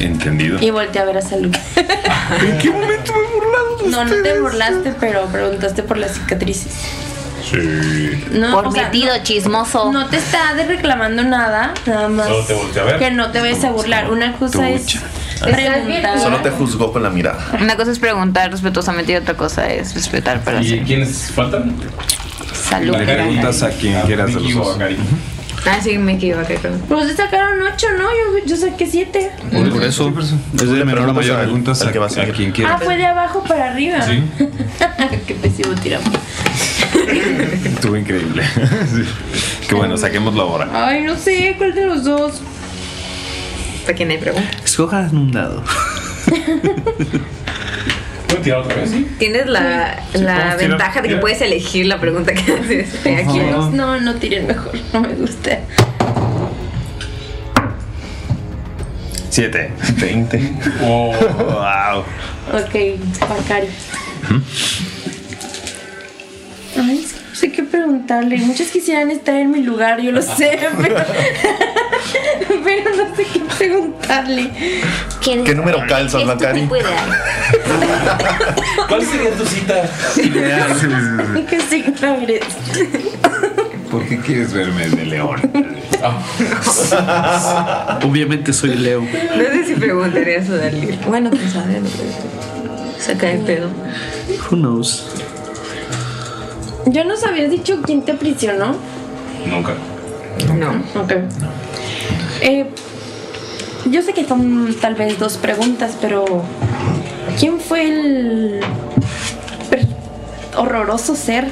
Speaker 7: Entendido.
Speaker 2: Y volteé a ver a Salud. ¿En qué momento me burlado? No, no te burlaste, pero preguntaste por las cicatrices.
Speaker 6: Sí.
Speaker 20: Por
Speaker 2: o sea,
Speaker 20: metido chismoso.
Speaker 2: No te está de- reclamando nada, nada más.
Speaker 3: Solo te volteé a ver.
Speaker 2: Que no te vayas a burlar. Una cosa es preguntar.
Speaker 3: Solo te juzgó con la mirada.
Speaker 1: Una cosa es preguntar respetuosamente y otra cosa es respetar para
Speaker 6: ¿Y quiénes faltan?
Speaker 1: salud.
Speaker 7: Le preguntas a quien quieras de los dos.
Speaker 1: Ah, sí, me equivoqué. creo.
Speaker 2: Pero
Speaker 11: Pues
Speaker 2: ustedes sacaron 8, ¿no? Yo, yo saqué 7.
Speaker 7: Por eso, desde menor a mayor preguntas a, a quien
Speaker 2: Ah,
Speaker 7: quieras.
Speaker 2: fue de abajo para arriba.
Speaker 7: Sí.
Speaker 2: Qué pésimo tiramos.
Speaker 7: Estuvo increíble. Sí. Qué bueno, saquemos la hora.
Speaker 2: Ay, no sé, ¿cuál de los dos?
Speaker 11: ¿A quién hay pregunta?
Speaker 4: Escojas un dado.
Speaker 6: ¿Puedo tirar otra vez?
Speaker 11: Tienes la,
Speaker 6: Sí,
Speaker 11: la
Speaker 6: podemos tirar.
Speaker 11: ventaja de que
Speaker 6: Tira.
Speaker 11: puedes elegir la pregunta que haces. Eh, aquí no.
Speaker 2: No, no tiren mejor. No me gusta.
Speaker 7: Siete. Veinte. wow.
Speaker 2: Ok, Bacari. Ay, es que no sé qué preguntarle. Muchos quisieran estar en mi lugar, yo lo sé, pero, pero no sé qué preguntarle.
Speaker 3: ¿Qué número calzas, Bacari?
Speaker 6: ¿Cuál sería tu cita?
Speaker 2: ¿Qué signo eres?
Speaker 7: ¿Por qué quieres verme de león?
Speaker 1: Ah.
Speaker 4: Obviamente soy Leo.
Speaker 11: No sé si preguntaría eso a Dalí. Bueno, quién sabe, no sé. Saca de pedo.
Speaker 4: Who knows?
Speaker 2: Yo nos habías dicho quién te aprisionó.
Speaker 6: Nunca.
Speaker 11: No.
Speaker 2: Ok. Eh, yo sé que son tal vez dos preguntas, pero ¿quién fue el per- horroroso ser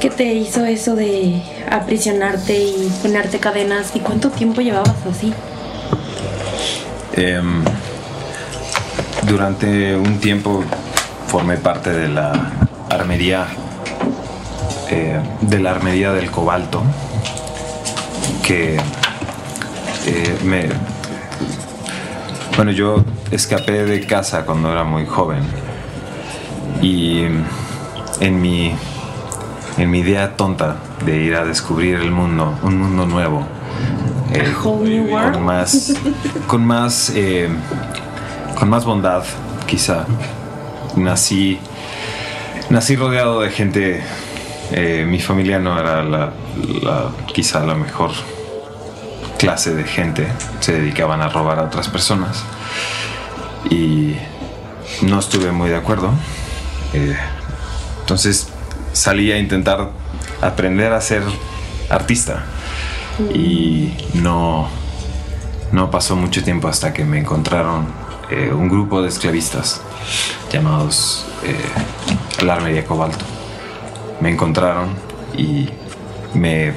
Speaker 2: que te hizo eso de aprisionarte y ponerte cadenas? ¿Y cuánto tiempo llevabas así?
Speaker 7: Em, durante un tiempo formé parte de la armería eh, de la armería del cobalto que eh, me bueno yo escapé de casa cuando era muy joven y en mi en mi idea tonta de ir a descubrir el mundo un mundo nuevo eh, con más con más eh, con más bondad quizá nací nací rodeado de gente eh, mi familia no era la, la- quizá la mejor clase de gente se dedicaban a robar a otras personas y no estuve muy de acuerdo Eh, entonces salí a intentar aprender a ser artista y no no pasó mucho tiempo hasta que me encontraron eh, un grupo de esclavistas llamados eh, la Armería Cobalto. Me encontraron y me,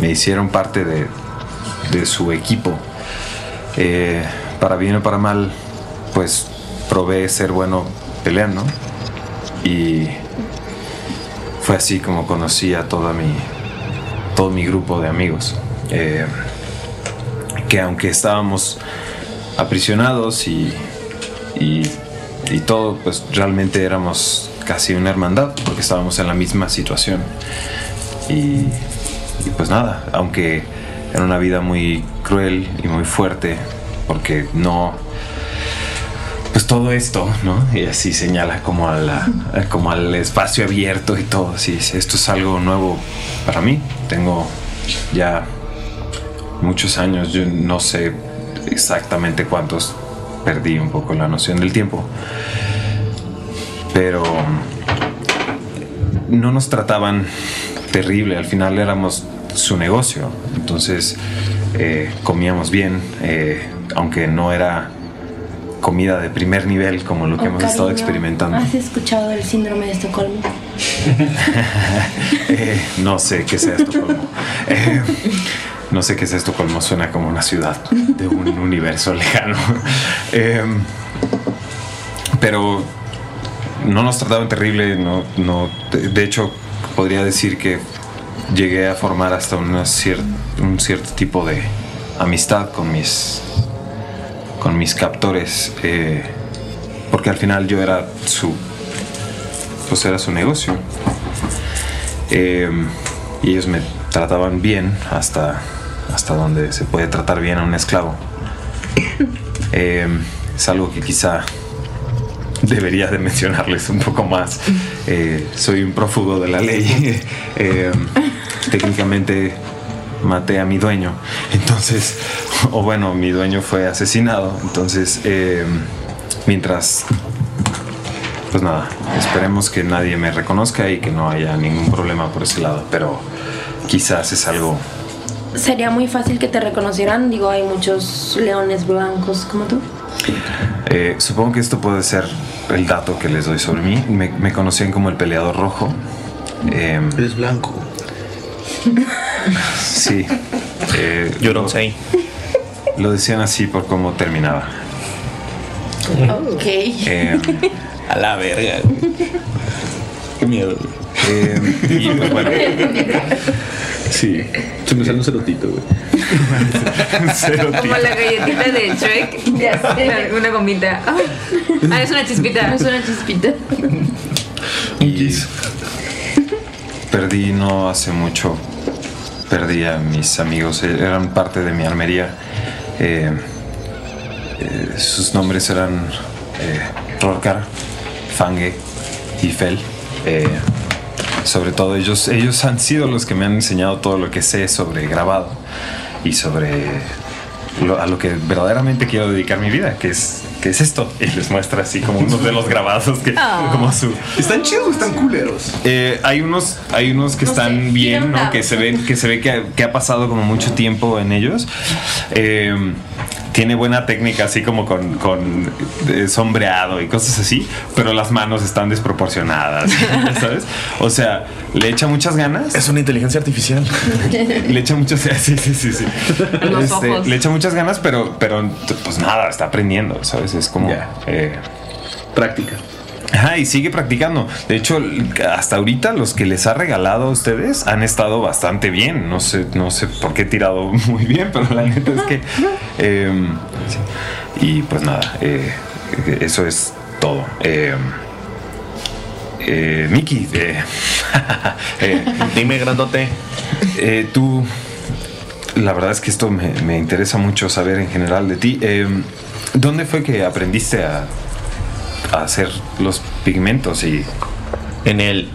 Speaker 7: me hicieron parte de, de su equipo. Eh, para bien o para mal, pues probé ser bueno peleando y Fue así como conocí a toda mi, todo mi grupo de amigos. Eh, que aunque estábamos aprisionados y, y, y todo, pues realmente éramos casi una hermandad porque estábamos en la misma situación. Y, y pues nada, aunque era una vida muy cruel y muy fuerte, porque no... Pues todo esto, ¿no? Y así señala como, a la- como al espacio abierto y todo. Así dice, esto es algo nuevo para mí. Tengo ya muchos años, yo no sé exactamente cuántos, perdí un poco la noción del tiempo. Pero mm, no nos trataban terrible, al final éramos su negocio, entonces eh, comíamos bien, eh, aunque no era comida de primer nivel como lo que hemos estado experimentando.
Speaker 2: Oh, ¿Has escuchado el síndrome de Estocolmo?
Speaker 7: Eh, no sé qué sea Estocolmo. Eh, no sé qué es Estocolmo, suena como una ciudad de un universo lejano. Eh, pero no nos trataban terrible, no, no, de, de hecho podría decir que llegué a formar hasta una cier- un cierto tipo de amistad con mis, con mis captores, eh, porque al final yo era su, pues era su negocio. Eh, y ellos me trataban bien hasta, hasta donde se puede tratar bien a un esclavo. Eh, es algo que quizá debería de mencionarles un poco más. Eh, soy un prófugo de la ley. Eh, técnicamente maté a mi dueño. Entonces, o bueno, mi dueño fue asesinado. Entonces, eh, mientras pues nada, esperemos que nadie me reconozca y que no haya ningún problema por ese lado, pero quizás es algo...
Speaker 2: Sería muy fácil que te reconocieran. Digo, hay muchos leones blancos como tú.
Speaker 7: eh, supongo que esto puede ser el dato que les doy sobre mí. Me, me conocían como el peleador rojo. Eh,
Speaker 1: Eres blanco.
Speaker 7: Sí. Yo no sé. Lo decían así por cómo terminaba.
Speaker 2: Ok.
Speaker 7: a la verga. Qué miedo. y pues bueno.
Speaker 1: Sí. Se me sale un cerotito, güey.
Speaker 11: Como la galletita de Shrek. Una- Una gomita. Ah, Ah, es una chispita. Es una chispita.
Speaker 7: Y perdí no hace mucho. Perdí a mis amigos. eh, Eran parte de mi armería. Eh, eh, sus nombres eran eh, Rorcar, Fange y Fel. Eh, sobre todo ellos, ellos han sido los que me han enseñado todo lo que sé sobre grabado y sobre lo- a lo que verdaderamente quiero dedicar mi vida, que es, que es esto. Y les muestra así como unos de los grabados que
Speaker 21: Ah.
Speaker 7: como su...
Speaker 1: ¿Están chidos o están culeros?
Speaker 7: Eh, hay unos, hay unos que están bien, ¿no? Que se ven, que se ve que, que ha pasado como mucho tiempo en ellos. Eh, tiene buena técnica, así como con, con, eh, sombreado y cosas así, pero las manos están desproporcionadas, ¿sabes? O sea, le echa muchas ganas. Es una inteligencia artificial. le echa muchas, sí, sí, sí, sí.
Speaker 21: Los
Speaker 7: Este,
Speaker 21: ojos.
Speaker 7: le echa muchas ganas, pero, pero pues nada, está aprendiendo, ¿sabes? Es como práctica. Ajá, y sigue practicando. De hecho, hasta ahorita los que les ha regalado a ustedes han estado bastante bien. No sé, no sé por qué he tirado muy bien, pero la neta es que. eh, sí. y pues nada, eh, eso es todo. Eh, eh, Miki, eh, dime grandote. eh, tú, la verdad es que esto me, me interesa mucho saber en general de ti. Eh, ¿Dónde fue que aprendiste a, a hacer los pigmentos y
Speaker 3: En el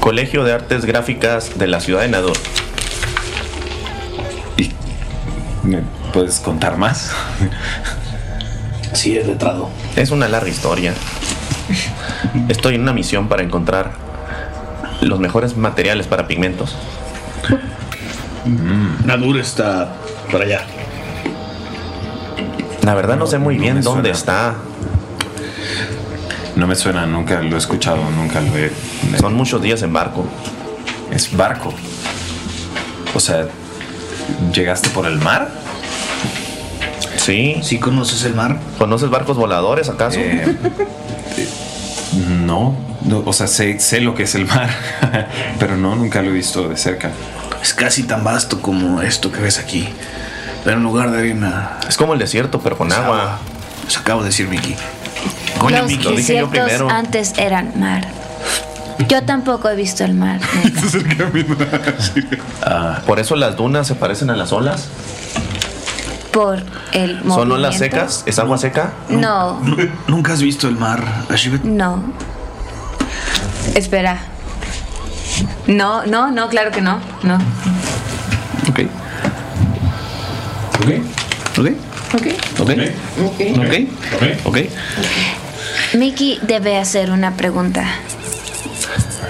Speaker 3: Colegio de Artes Gráficas de la ciudad de Nador.
Speaker 7: ¿Me puedes contar más?
Speaker 3: Sí, es letrado. Es una larga historia. Estoy en una misión para encontrar los mejores materiales para pigmentos.
Speaker 1: Mm. Nadur está por allá.
Speaker 3: La verdad no sé muy bien dónde
Speaker 7: está? No me suena, nunca lo he escuchado, nunca lo he. Son muchos días en barco. Es barco. O sea, ¿llegaste por el mar?
Speaker 3: Sí.
Speaker 1: ¿Sí conoces el mar?
Speaker 7: Eh,
Speaker 1: Eh,
Speaker 3: ¿Conoces barcos voladores acaso?
Speaker 7: no. No, o sea, sé, sé lo que es el mar, pero no, nunca lo he visto de cerca.
Speaker 4: Es casi tan vasto como esto que ves aquí. Pero en lugar de arena. Es como el desierto, pero con agua. Eso acabo de decir, Mickey. Coño,
Speaker 6: Los
Speaker 4: Mickey, lo dije yo
Speaker 6: desiertos
Speaker 4: primero.
Speaker 6: antes eran mar. Yo tampoco he visto el mar.
Speaker 3: Ah, Por eso las dunas se parecen a las olas.
Speaker 6: Por el movimiento.
Speaker 3: ¿Son olas secas? ¿Es agua seca?
Speaker 6: No,
Speaker 4: Nunca has visto el mar, Ashibet.
Speaker 6: no.
Speaker 11: Espera. No, no, no, claro que no. No.
Speaker 4: Ok. Ok. Ok.
Speaker 6: Ok.
Speaker 4: Ok.
Speaker 6: Ok.
Speaker 4: Ok. Ok.
Speaker 6: Mickey debe hacer una pregunta.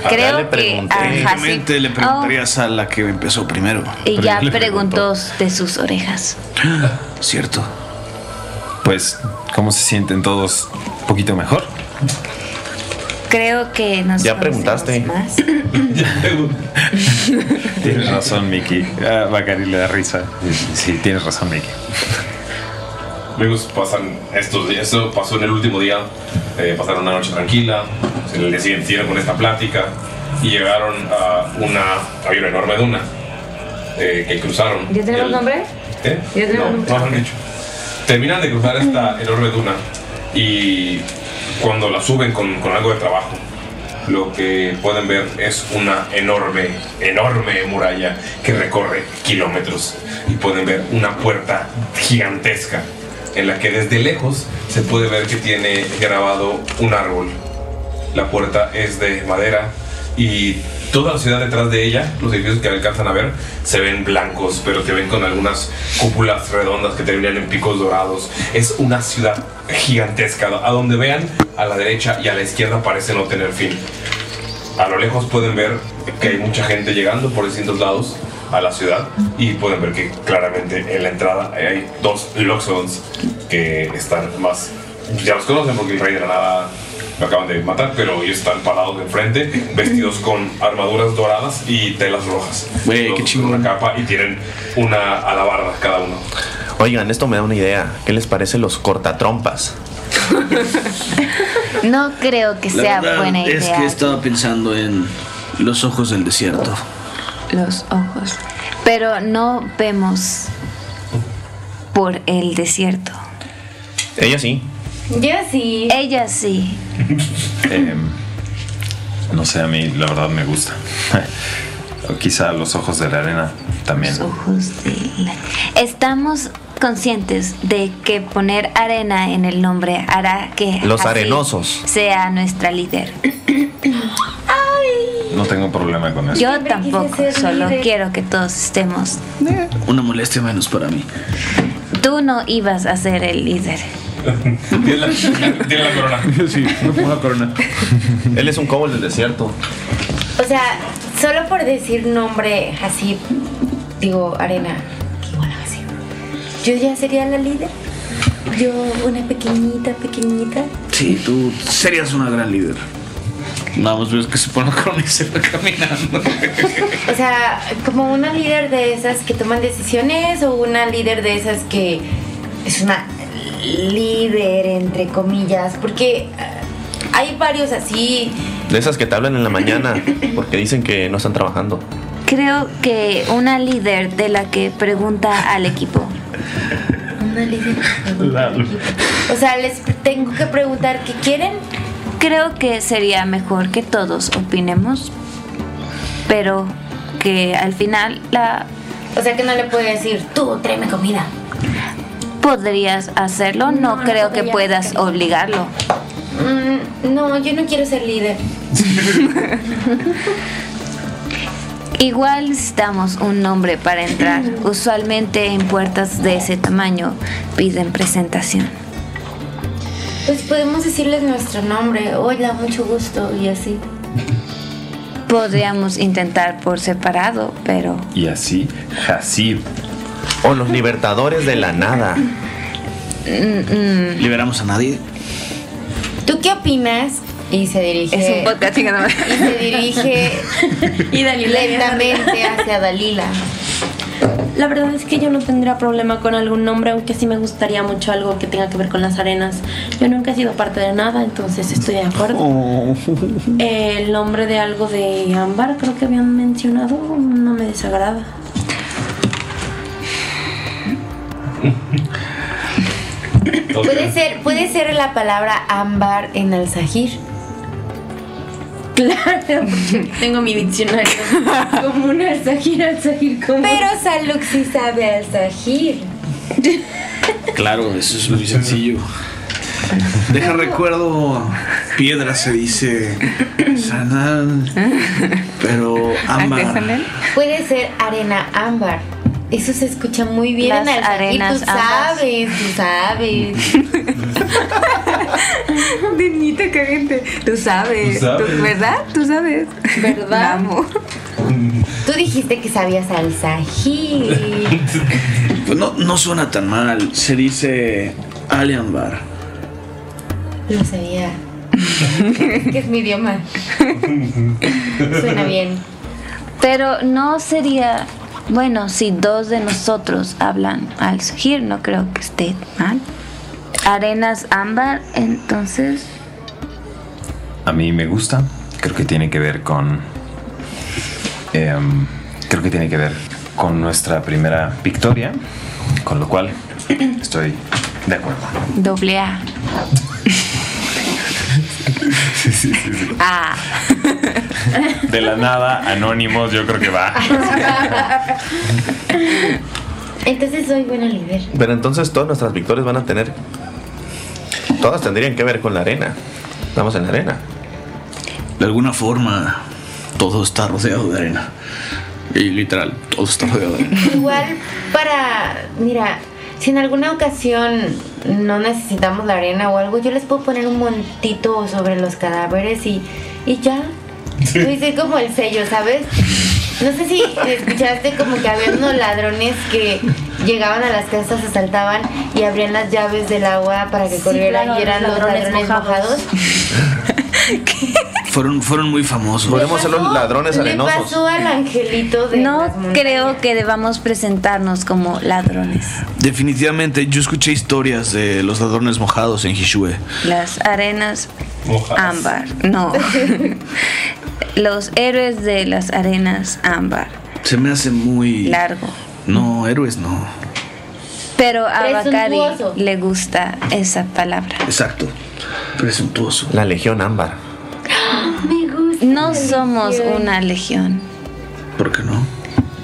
Speaker 6: Creo
Speaker 4: Ya le
Speaker 6: que
Speaker 4: pregunté.
Speaker 6: a Hasib-
Speaker 4: Técnicamente le preguntarías a la que empezó primero.
Speaker 6: Y
Speaker 4: Pero
Speaker 6: ya
Speaker 4: le
Speaker 6: preguntó de sus orejas.
Speaker 4: Cierto.
Speaker 7: Pues, ¿cómo se sienten todos? ¿Un poquito mejor?
Speaker 6: Creo que nos
Speaker 7: Ya preguntaste.
Speaker 6: más.
Speaker 7: Tienes razón, Mickey. Ah, Bacari le da risa. Sí, tienes razón, Mickey.
Speaker 1: Amigos, pasan estos días. Eso pasó en el último día. eh, pasaron una noche tranquila. En el día siguiente siguieron con esta plática. Y llegaron a una. Había una enorme duna. eh, que cruzaron.
Speaker 22: ¿Ya tenemos
Speaker 1: El-
Speaker 22: nombre?
Speaker 1: ¿Eh?
Speaker 22: ¿Ya tenemos
Speaker 1: No,
Speaker 22: nombre?
Speaker 1: no han dicho. Terminan de cruzar esta enorme duna. Y cuando la suben con, con algo de trabajo, lo que pueden ver es una enorme, enorme muralla que recorre kilómetros. Y pueden ver una puerta gigantesca en la que desde lejos se puede ver que tiene grabado un árbol. La puerta es de madera y toda la ciudad detrás de ella, los edificios que alcanzan a ver, se ven blancos, pero te ven con algunas cúpulas redondas que terminan en picos dorados. Es una ciudad gigantesca. A donde vean, a la derecha y a la izquierda parece no tener fin. A lo lejos pueden ver que hay mucha gente llegando por distintos lados a la ciudad y pueden ver que claramente en la entrada hay dos Loxodons que están más... Ya los conocen porque el rey de la nada lo acaban de matar, pero ellos están parados de frente, vestidos con armaduras doradas y telas rojas. Los dos con una capa y tienen una alabarda cada uno.
Speaker 3: Oigan, esto me da una idea. ¿Qué les parece los cortatrompas?
Speaker 6: No creo que
Speaker 4: La
Speaker 6: sea
Speaker 4: verdad
Speaker 6: buena
Speaker 4: Es
Speaker 6: idea.
Speaker 4: que estaba pensando en los ojos del desierto.
Speaker 6: Los ojos. Pero no vemos por el desierto.
Speaker 3: Ella sí.
Speaker 6: Ella sí. Ella sí.
Speaker 7: Em, no sé, a mí la verdad me gusta. O quizá los ojos de la arena también. Los
Speaker 6: ojos de la... Estamos conscientes de que poner arena en el nombre hará que
Speaker 7: Los
Speaker 6: Hasib
Speaker 7: arenosos.
Speaker 6: sea nuestra líder.
Speaker 7: No tengo problema con eso.
Speaker 6: Yo tampoco,
Speaker 23: ser
Speaker 6: solo
Speaker 23: líder.
Speaker 6: quiero que todos estemos.
Speaker 4: Una molestia menos para mí.
Speaker 6: Tú no ibas a ser el líder.
Speaker 1: Tiene la, tiene la corona.
Speaker 4: Sí, no pongo la corona.
Speaker 3: Él es un kobold del desierto.
Speaker 5: O sea, solo por decir nombre así, digo, Arena, que igual a Hasib, yo ya sería la líder. Yo, una pequeñita, pequeñita.
Speaker 4: Sí, tú serías una gran líder. Vamos, ves que se pone con y se va caminando.
Speaker 5: O sea, como una líder de esas que toman decisiones o una líder de esas que es una líder, entre comillas, porque ah, hay varios así.
Speaker 3: De esas que te hablan en la mañana porque dicen que no están trabajando.
Speaker 6: Creo que una líder de la que pregunta al equipo.
Speaker 5: Una líder. O sea, les tengo que preguntar qué quieren.
Speaker 6: Creo que sería mejor que todos opinemos, pero que al final la
Speaker 5: O sea, que no le puedo decir, tú tráeme comida.
Speaker 6: podrías hacerlo. No,
Speaker 5: No, no
Speaker 6: creo que
Speaker 5: podría.
Speaker 6: puedas obligarlo.
Speaker 5: Mm, no, yo no quiero ser líder.
Speaker 6: Igual necesitamos un nombre para entrar. Usualmente en puertas de ese tamaño piden presentación.
Speaker 5: Pues podemos decirles nuestro nombre. Hola, mucho gusto y así.
Speaker 6: Podríamos intentar por separado, pero
Speaker 7: Y así, Hasib.
Speaker 3: O los libertadores de la nada.
Speaker 6: mm,
Speaker 4: ¿Liberamos a nadie?
Speaker 5: ¿Tú qué opinas? Y se dirige.
Speaker 11: Es un podcast, sí, que no me-
Speaker 5: Y se dirige
Speaker 11: Y Dalila.
Speaker 5: lentamente hacia Dalila.
Speaker 2: La verdad es que yo no tendría problema con algún nombre, aunque sí me gustaría mucho algo que tenga que ver con las arenas. Yo nunca he sido parte de nada, entonces estoy de acuerdo. El nombre de algo de ámbar, creo que habían mencionado, no me desagrada.
Speaker 5: Puede ser, puede ser la palabra ámbar en al sajir.
Speaker 2: Claro, porque tengo mi diccionario como un alzajir, alzajir como.
Speaker 5: Pero Saluk sí sabe al sajir.
Speaker 4: Claro, eso es muy sencillo. Deja recuerdo, piedra se dice, sanal, pero
Speaker 5: Ah,
Speaker 4: ámbar.
Speaker 5: Puede ser arena ámbar. Eso se escucha muy bien
Speaker 6: Las
Speaker 5: en el sajir,
Speaker 6: arenas
Speaker 5: Tú
Speaker 6: ámbar.
Speaker 5: sabes, tú sabes.
Speaker 24: Denita, qué gente. Tú sabes,
Speaker 5: Tú sabes.
Speaker 24: tú- ¿verdad? Tú sabes. ¿Verdad?
Speaker 5: Tú dijiste que sabías al sajir.
Speaker 4: Pues no, no suena tan mal. Se dice Alien Bar.
Speaker 5: Lo sabía. que es mi idioma.
Speaker 4: Suena
Speaker 5: bien.
Speaker 6: Pero no sería. Bueno, si dos de nosotros hablan al Sahir, no creo que esté mal. Arenas ámbar, entonces.
Speaker 7: A mí me gusta. Creo que tiene que ver con. em, creo que tiene que ver con nuestra primera victoria. Con lo cual estoy de acuerdo.
Speaker 6: Doble A. Ah.
Speaker 7: De la nada, anónimos, yo creo que va.
Speaker 5: Entonces soy buena líder.
Speaker 3: Pero entonces todas nuestras victorias van a tener. Todas tendrían que ver con la arena. Estamos en la arena.
Speaker 4: De alguna forma, todo está rodeado de arena. Y literal, todo está rodeado de arena.
Speaker 5: Igual para, mira, si en alguna ocasión no necesitamos la arena o algo, yo les puedo poner un montito sobre los cadáveres y, y ya. Lo hice como el sello, ¿sabes? No sé si escuchaste como que había unos ladrones que llegaban a las casas, asaltaban y abrían las llaves del agua para que
Speaker 2: Sí,
Speaker 5: corrieran
Speaker 2: claro,
Speaker 5: y eran
Speaker 2: los
Speaker 5: los
Speaker 2: ladrones
Speaker 5: ladrones, mojados.
Speaker 4: Fueron, fueron muy famosos.
Speaker 3: Podemos ser los
Speaker 5: ladrones
Speaker 6: Le arenosos.
Speaker 5: Pasó al angelito de...
Speaker 6: No creo que debamos presentarnos como ladrones.
Speaker 4: Definitivamente, yo escuché historias de los ladrones mojados en Hishue.
Speaker 6: Las arenas ámbar. No. Los héroes de las arenas ámbar.
Speaker 4: Se me hace muy.
Speaker 6: Largo.
Speaker 4: No, héroes no.
Speaker 6: Pero a Bakari le gusta esa palabra.
Speaker 4: Exacto. Presuntuoso. La Legión Ámbar.
Speaker 6: No somos una legión.
Speaker 4: ¿Por qué no?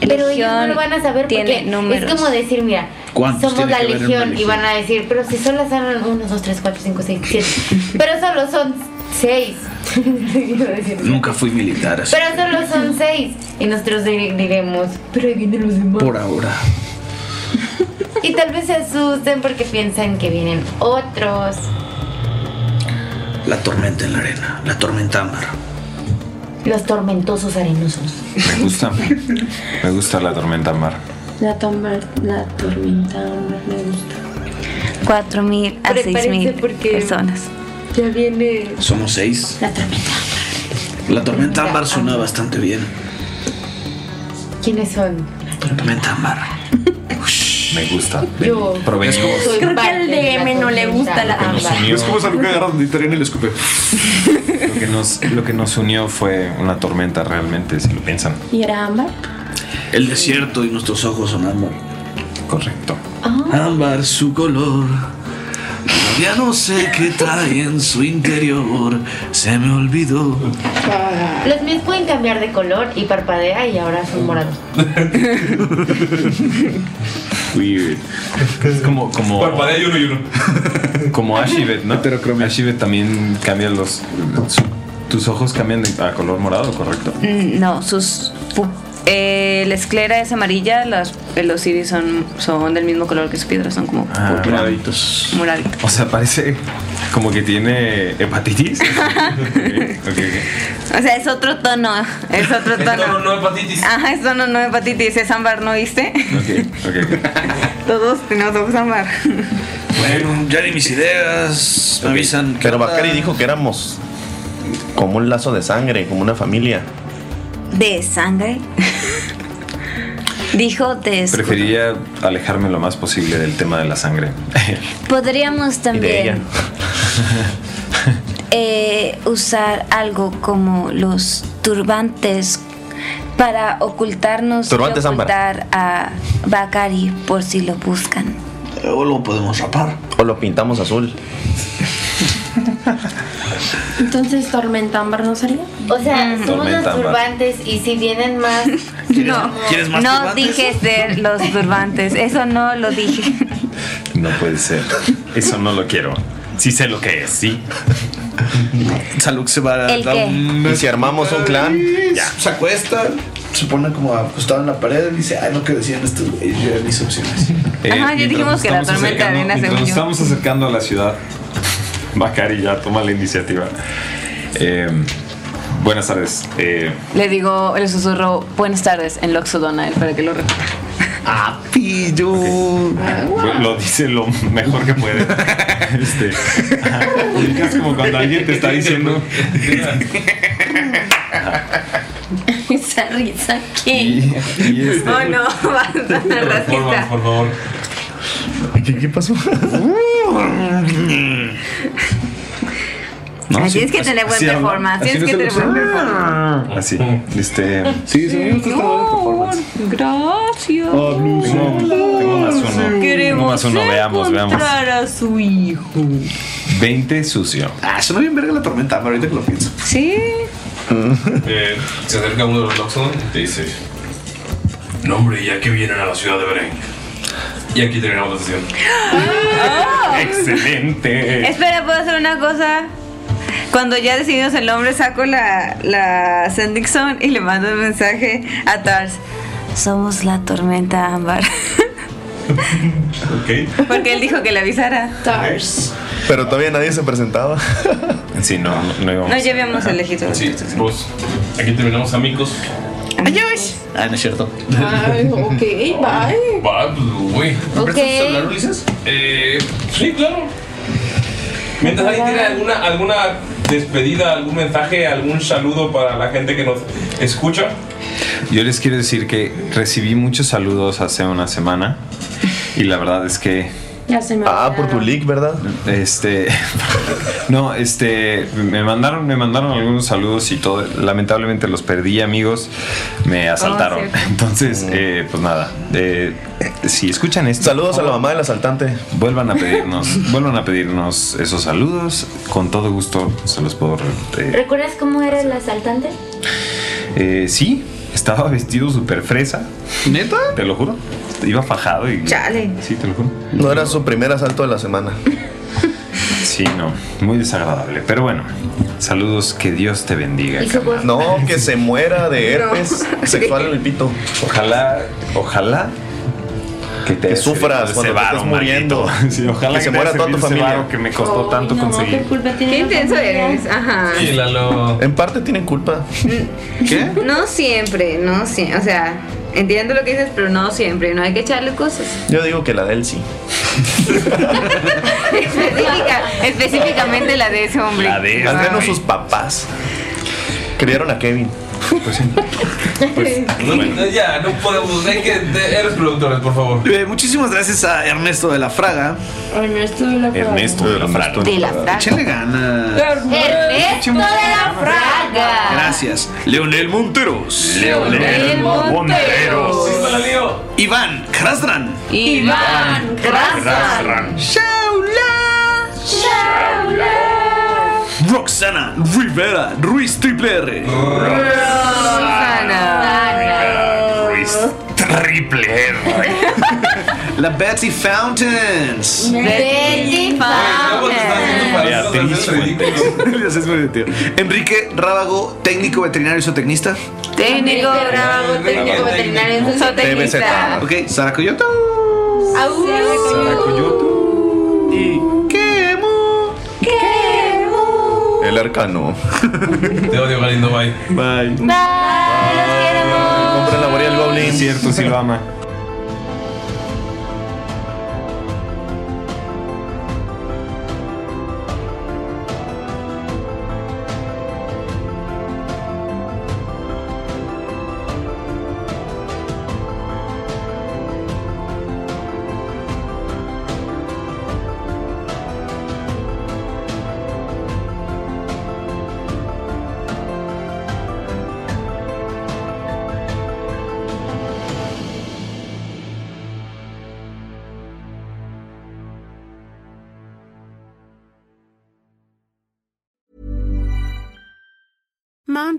Speaker 5: Pero ellos no lo van a saber
Speaker 6: tiene
Speaker 5: porque
Speaker 6: números.
Speaker 5: es como decir, mira,
Speaker 4: ¿Cuántos
Speaker 5: somos
Speaker 4: tiene
Speaker 5: la
Speaker 4: que haber en una
Speaker 5: legión y
Speaker 4: legión?
Speaker 5: van a decir, pero si solo son 1, 2, 3, 4, 5, 6, 7. Pero solo son 6.
Speaker 4: Nunca fui militar así.
Speaker 5: pero solo son 6. Y nosotros dire- diremos, pero aquí vienen los demás.
Speaker 4: Por ahora.
Speaker 5: Y tal vez se asusten porque piensan que vienen otros.
Speaker 4: La tormenta en la arena. La tormenta ámbar.
Speaker 5: Los tormentosos arenosos.
Speaker 7: Me gusta. Me gusta la tormenta mar.
Speaker 2: La, tomar, la tormenta me gusta.
Speaker 6: 4.000 a
Speaker 2: Prepárense
Speaker 6: 6.000
Speaker 2: porque-
Speaker 6: personas.
Speaker 2: Ya viene
Speaker 4: Somos seis.
Speaker 2: la tormenta.
Speaker 4: La tormenta ámbar suena bastante bien.
Speaker 5: ¿Quiénes son?
Speaker 4: La tormenta ámbar.
Speaker 7: Me gusta.
Speaker 5: Yo.
Speaker 7: Provenimos.
Speaker 5: Soy
Speaker 2: Creo que
Speaker 5: parte
Speaker 2: al
Speaker 5: de la
Speaker 2: DM no le gusta la
Speaker 5: tormenta.
Speaker 7: Nos unió-
Speaker 25: Es como Salud que agarra donde Tarena y le escupe.
Speaker 7: Lo que, nos, lo que nos unió fue una tormenta realmente, si lo piensan.
Speaker 2: ¿Y era ámbar?
Speaker 4: El desierto y nuestros ojos son ámbar.
Speaker 7: Correcto.
Speaker 4: Ámbar su color. Todavía no sé qué trae en su interior. Se me olvidó.
Speaker 5: Los míos pueden cambiar de color y parpadea y ahora son morados.
Speaker 7: Weird. Es como. como
Speaker 1: Parpadea y uno y uno.
Speaker 7: Como Ashibet, ¿no? Pero Ashibet también cambia los. su- tus ojos cambian de- a color morado, correcto.
Speaker 11: Mm, No, sus. pu- eh, la esclera es amarilla, las, los iris son, son del mismo color que sus piedras, son como
Speaker 7: Ah,
Speaker 11: moraditos.
Speaker 7: O sea, parece como que tiene hepatitis. Ok, ok.
Speaker 11: O sea, es otro tono, es otro tono.
Speaker 1: No, no, hepatitis.
Speaker 11: Ajá, es tono no hepatitis, es ámbar, ¿no viste? Todos tenemos ojos ámbar.
Speaker 4: Bueno, ya ni mis ideas. Me avisan. ¿qué
Speaker 3: Pero
Speaker 4: onda?
Speaker 3: Bakari dijo que éramos como un lazo de sangre, como una familia.
Speaker 6: ¿De sangre? Dijo de escudo.
Speaker 7: Preferiría alejarme lo más posible del tema de la sangre.
Speaker 6: Podríamos también eh, usar algo como los turbantes para ocultarnos
Speaker 3: Turbantes
Speaker 6: y
Speaker 3: ámbar.
Speaker 6: ocultar a Bakari por si lo buscan.
Speaker 3: O lo podemos rapar. O lo pintamos azul.
Speaker 2: Entonces, Tormenta Ámbar no salió.
Speaker 5: O sea, somos los
Speaker 3: Tormenta, va.
Speaker 5: turbantes y si vienen más.
Speaker 6: No,
Speaker 7: ¿Quieres más
Speaker 6: no
Speaker 7: turbantes?
Speaker 6: dije ser los turbantes, eso no lo dije.
Speaker 7: No puede ser. Eso no lo quiero. Sí sé lo que es, sí.
Speaker 4: Salud se va
Speaker 6: ¿El qué?
Speaker 4: Y si armamos un clan, se acuesta, se pone como acostado en la pared y dice, ay, lo que decían estos güeyes, yo era mis opciones.
Speaker 7: Eh,
Speaker 11: Ajá, ya dijimos que la tormenta de arena,
Speaker 7: Mientras
Speaker 11: según
Speaker 7: nos
Speaker 11: yo.
Speaker 7: estamos acercando a la ciudad, Bacari ya toma la iniciativa. Eh, buenas tardes. Eh,
Speaker 11: Le digo, le susurro, buenas tardes, en Loxodona, él, para que lo repita.
Speaker 7: Ah, pillo. Lo dice lo mejor que puede. Este, ubicas como cuando alguien te está diciendo.
Speaker 2: Esa risa que.
Speaker 7: y este-
Speaker 2: Oh no, basta de racista.
Speaker 1: por favor.
Speaker 3: ¿Qué, qué pasó?
Speaker 7: No,
Speaker 11: Así
Speaker 7: sí,
Speaker 11: es que tener buen
Speaker 7: así habla.
Speaker 11: performance,
Speaker 7: Así
Speaker 11: tienes
Speaker 7: no
Speaker 11: que
Speaker 7: se
Speaker 11: tener buen performance.
Speaker 7: Así. Ah, Este.
Speaker 11: Señor, gracias.
Speaker 7: Oh, Tengo más
Speaker 11: Queremos
Speaker 7: uno. Tengo más uno, veamos, veamos.
Speaker 11: encontrar a su hijo.
Speaker 7: 20 sucio.
Speaker 4: Ah, suena bien verga la tormenta, pero ahorita que lo pienso.
Speaker 11: Sí.
Speaker 4: Mm.
Speaker 1: Eh, se acerca uno de los Loxodon y te dice: No, hombre, ya que vienen a la ciudad de Beren. Y aquí terminamos la sesión.
Speaker 11: Ah.
Speaker 1: ¡Excelente!
Speaker 11: Espera, ¿puedo hacer una cosa? Cuando ya decidimos el nombre, saco la, la Sendixon y le mando un mensaje a Tars. Somos la tormenta ámbar.
Speaker 7: Ok.
Speaker 11: Porque él dijo que le avisara. Tars.
Speaker 3: Pero todavía nadie se presentaba.
Speaker 7: Sí, no, no, íbamos.
Speaker 11: No, ya habíamos elegido.
Speaker 1: Sí, pues aquí terminamos, amigos.
Speaker 11: Adiós.
Speaker 4: Ah, no es cierto.
Speaker 26: Ay, ok, bye.
Speaker 1: Va, pues, güey.
Speaker 26: ¿Me prestas tu Ok. celular, Ulises?
Speaker 1: Eh, sí, claro. Mientras alguien tiene alguna, alguna despedida, algún mensaje, algún saludo para la gente que nos escucha.
Speaker 7: Yo les quiero decir que recibí muchos saludos hace una semana y la verdad es que
Speaker 2: Ya se me
Speaker 7: Ah, por tu leak, ¿verdad? Este. no, este. Me mandaron, me mandaron algunos saludos y todo. Lamentablemente los perdí, amigos. Me asaltaron.
Speaker 3: siempre.
Speaker 7: Entonces, eh, pues nada. eh, si escuchan esto. Saludos a la mamá del asaltante. Vuelvan a pedirnos. vuelvan a pedirnos esos saludos. Con todo gusto se los puedo. eh,
Speaker 5: ¿Recuerdas cómo era el asaltante?
Speaker 7: eh, sí, estaba vestido súper fresa. ¿Neta? Te lo juro. Iba fajado y.
Speaker 11: Chale.
Speaker 7: Sí, te lo juro.
Speaker 3: No era su primer asalto de la semana.
Speaker 7: Sí, no, muy desagradable. Pero bueno, saludos, que Dios te bendiga. carnal.
Speaker 3: No, que se muera de herpes sexual en el pito.
Speaker 7: Ojalá, ojalá que te
Speaker 3: Que
Speaker 7: haya
Speaker 3: sufras
Speaker 7: servido ese
Speaker 3: cuando te
Speaker 7: varo,
Speaker 3: estés muriendo.
Speaker 7: maldito. Sí, ojalá
Speaker 3: Que
Speaker 7: que,
Speaker 3: se
Speaker 7: te
Speaker 3: muera
Speaker 7: haya
Speaker 3: toda tu
Speaker 7: servido ese
Speaker 3: familia.
Speaker 7: varo que me costó
Speaker 3: Ay,
Speaker 7: tanto conseguir.
Speaker 11: Qué intenso eres. Ajá.
Speaker 3: En parte tienen culpa.
Speaker 1: Mm.
Speaker 3: ¿Qué?
Speaker 11: No siempre, no siempre. O sea, entiendo lo que dices, pero no siempre. No hay que echarle cosas.
Speaker 3: Yo digo que la del sí.
Speaker 11: Específica, específicamente la de ese hombre.
Speaker 3: Al menos sus papás. Criaron a Kevin.
Speaker 1: Pues No, eh, Ya, no podemos. Hay que, de- eres productores, por favor.
Speaker 4: Eh, muchísimas gracias a Ernesto de la Fraga.
Speaker 2: Ernesto de la
Speaker 4: de la Fraga.
Speaker 2: De la Fraga.
Speaker 4: Échale ganas.
Speaker 2: Ernesto de la Fraga.
Speaker 4: Gracias. Leonel Monteros.
Speaker 2: Ah. Leonel Monteros.
Speaker 4: Iván Krasdran.
Speaker 2: Iván Krasdran.
Speaker 4: Shaula.
Speaker 2: Shaula.
Speaker 4: Roxana Rivera Ruiz Triple R. Ruiz Triple R. La Betsy Fountains.
Speaker 2: Betty Fountain.
Speaker 4: Ya sé, es muy divertido. Enrique Rábago, técnico veterinario y zootecnista.
Speaker 2: Técnico, bravo, técnico veterinario, zootecnista.
Speaker 4: Ok, Sara Coyote.
Speaker 2: Au.
Speaker 4: Y quemo.
Speaker 2: Quemo.
Speaker 3: El arcano.
Speaker 1: Te odio, Galindo. Bye.
Speaker 4: Bye.
Speaker 2: Bye.
Speaker 3: Compra la guarida del goblin.
Speaker 7: Cierto, sí lo ama.
Speaker 27: Mom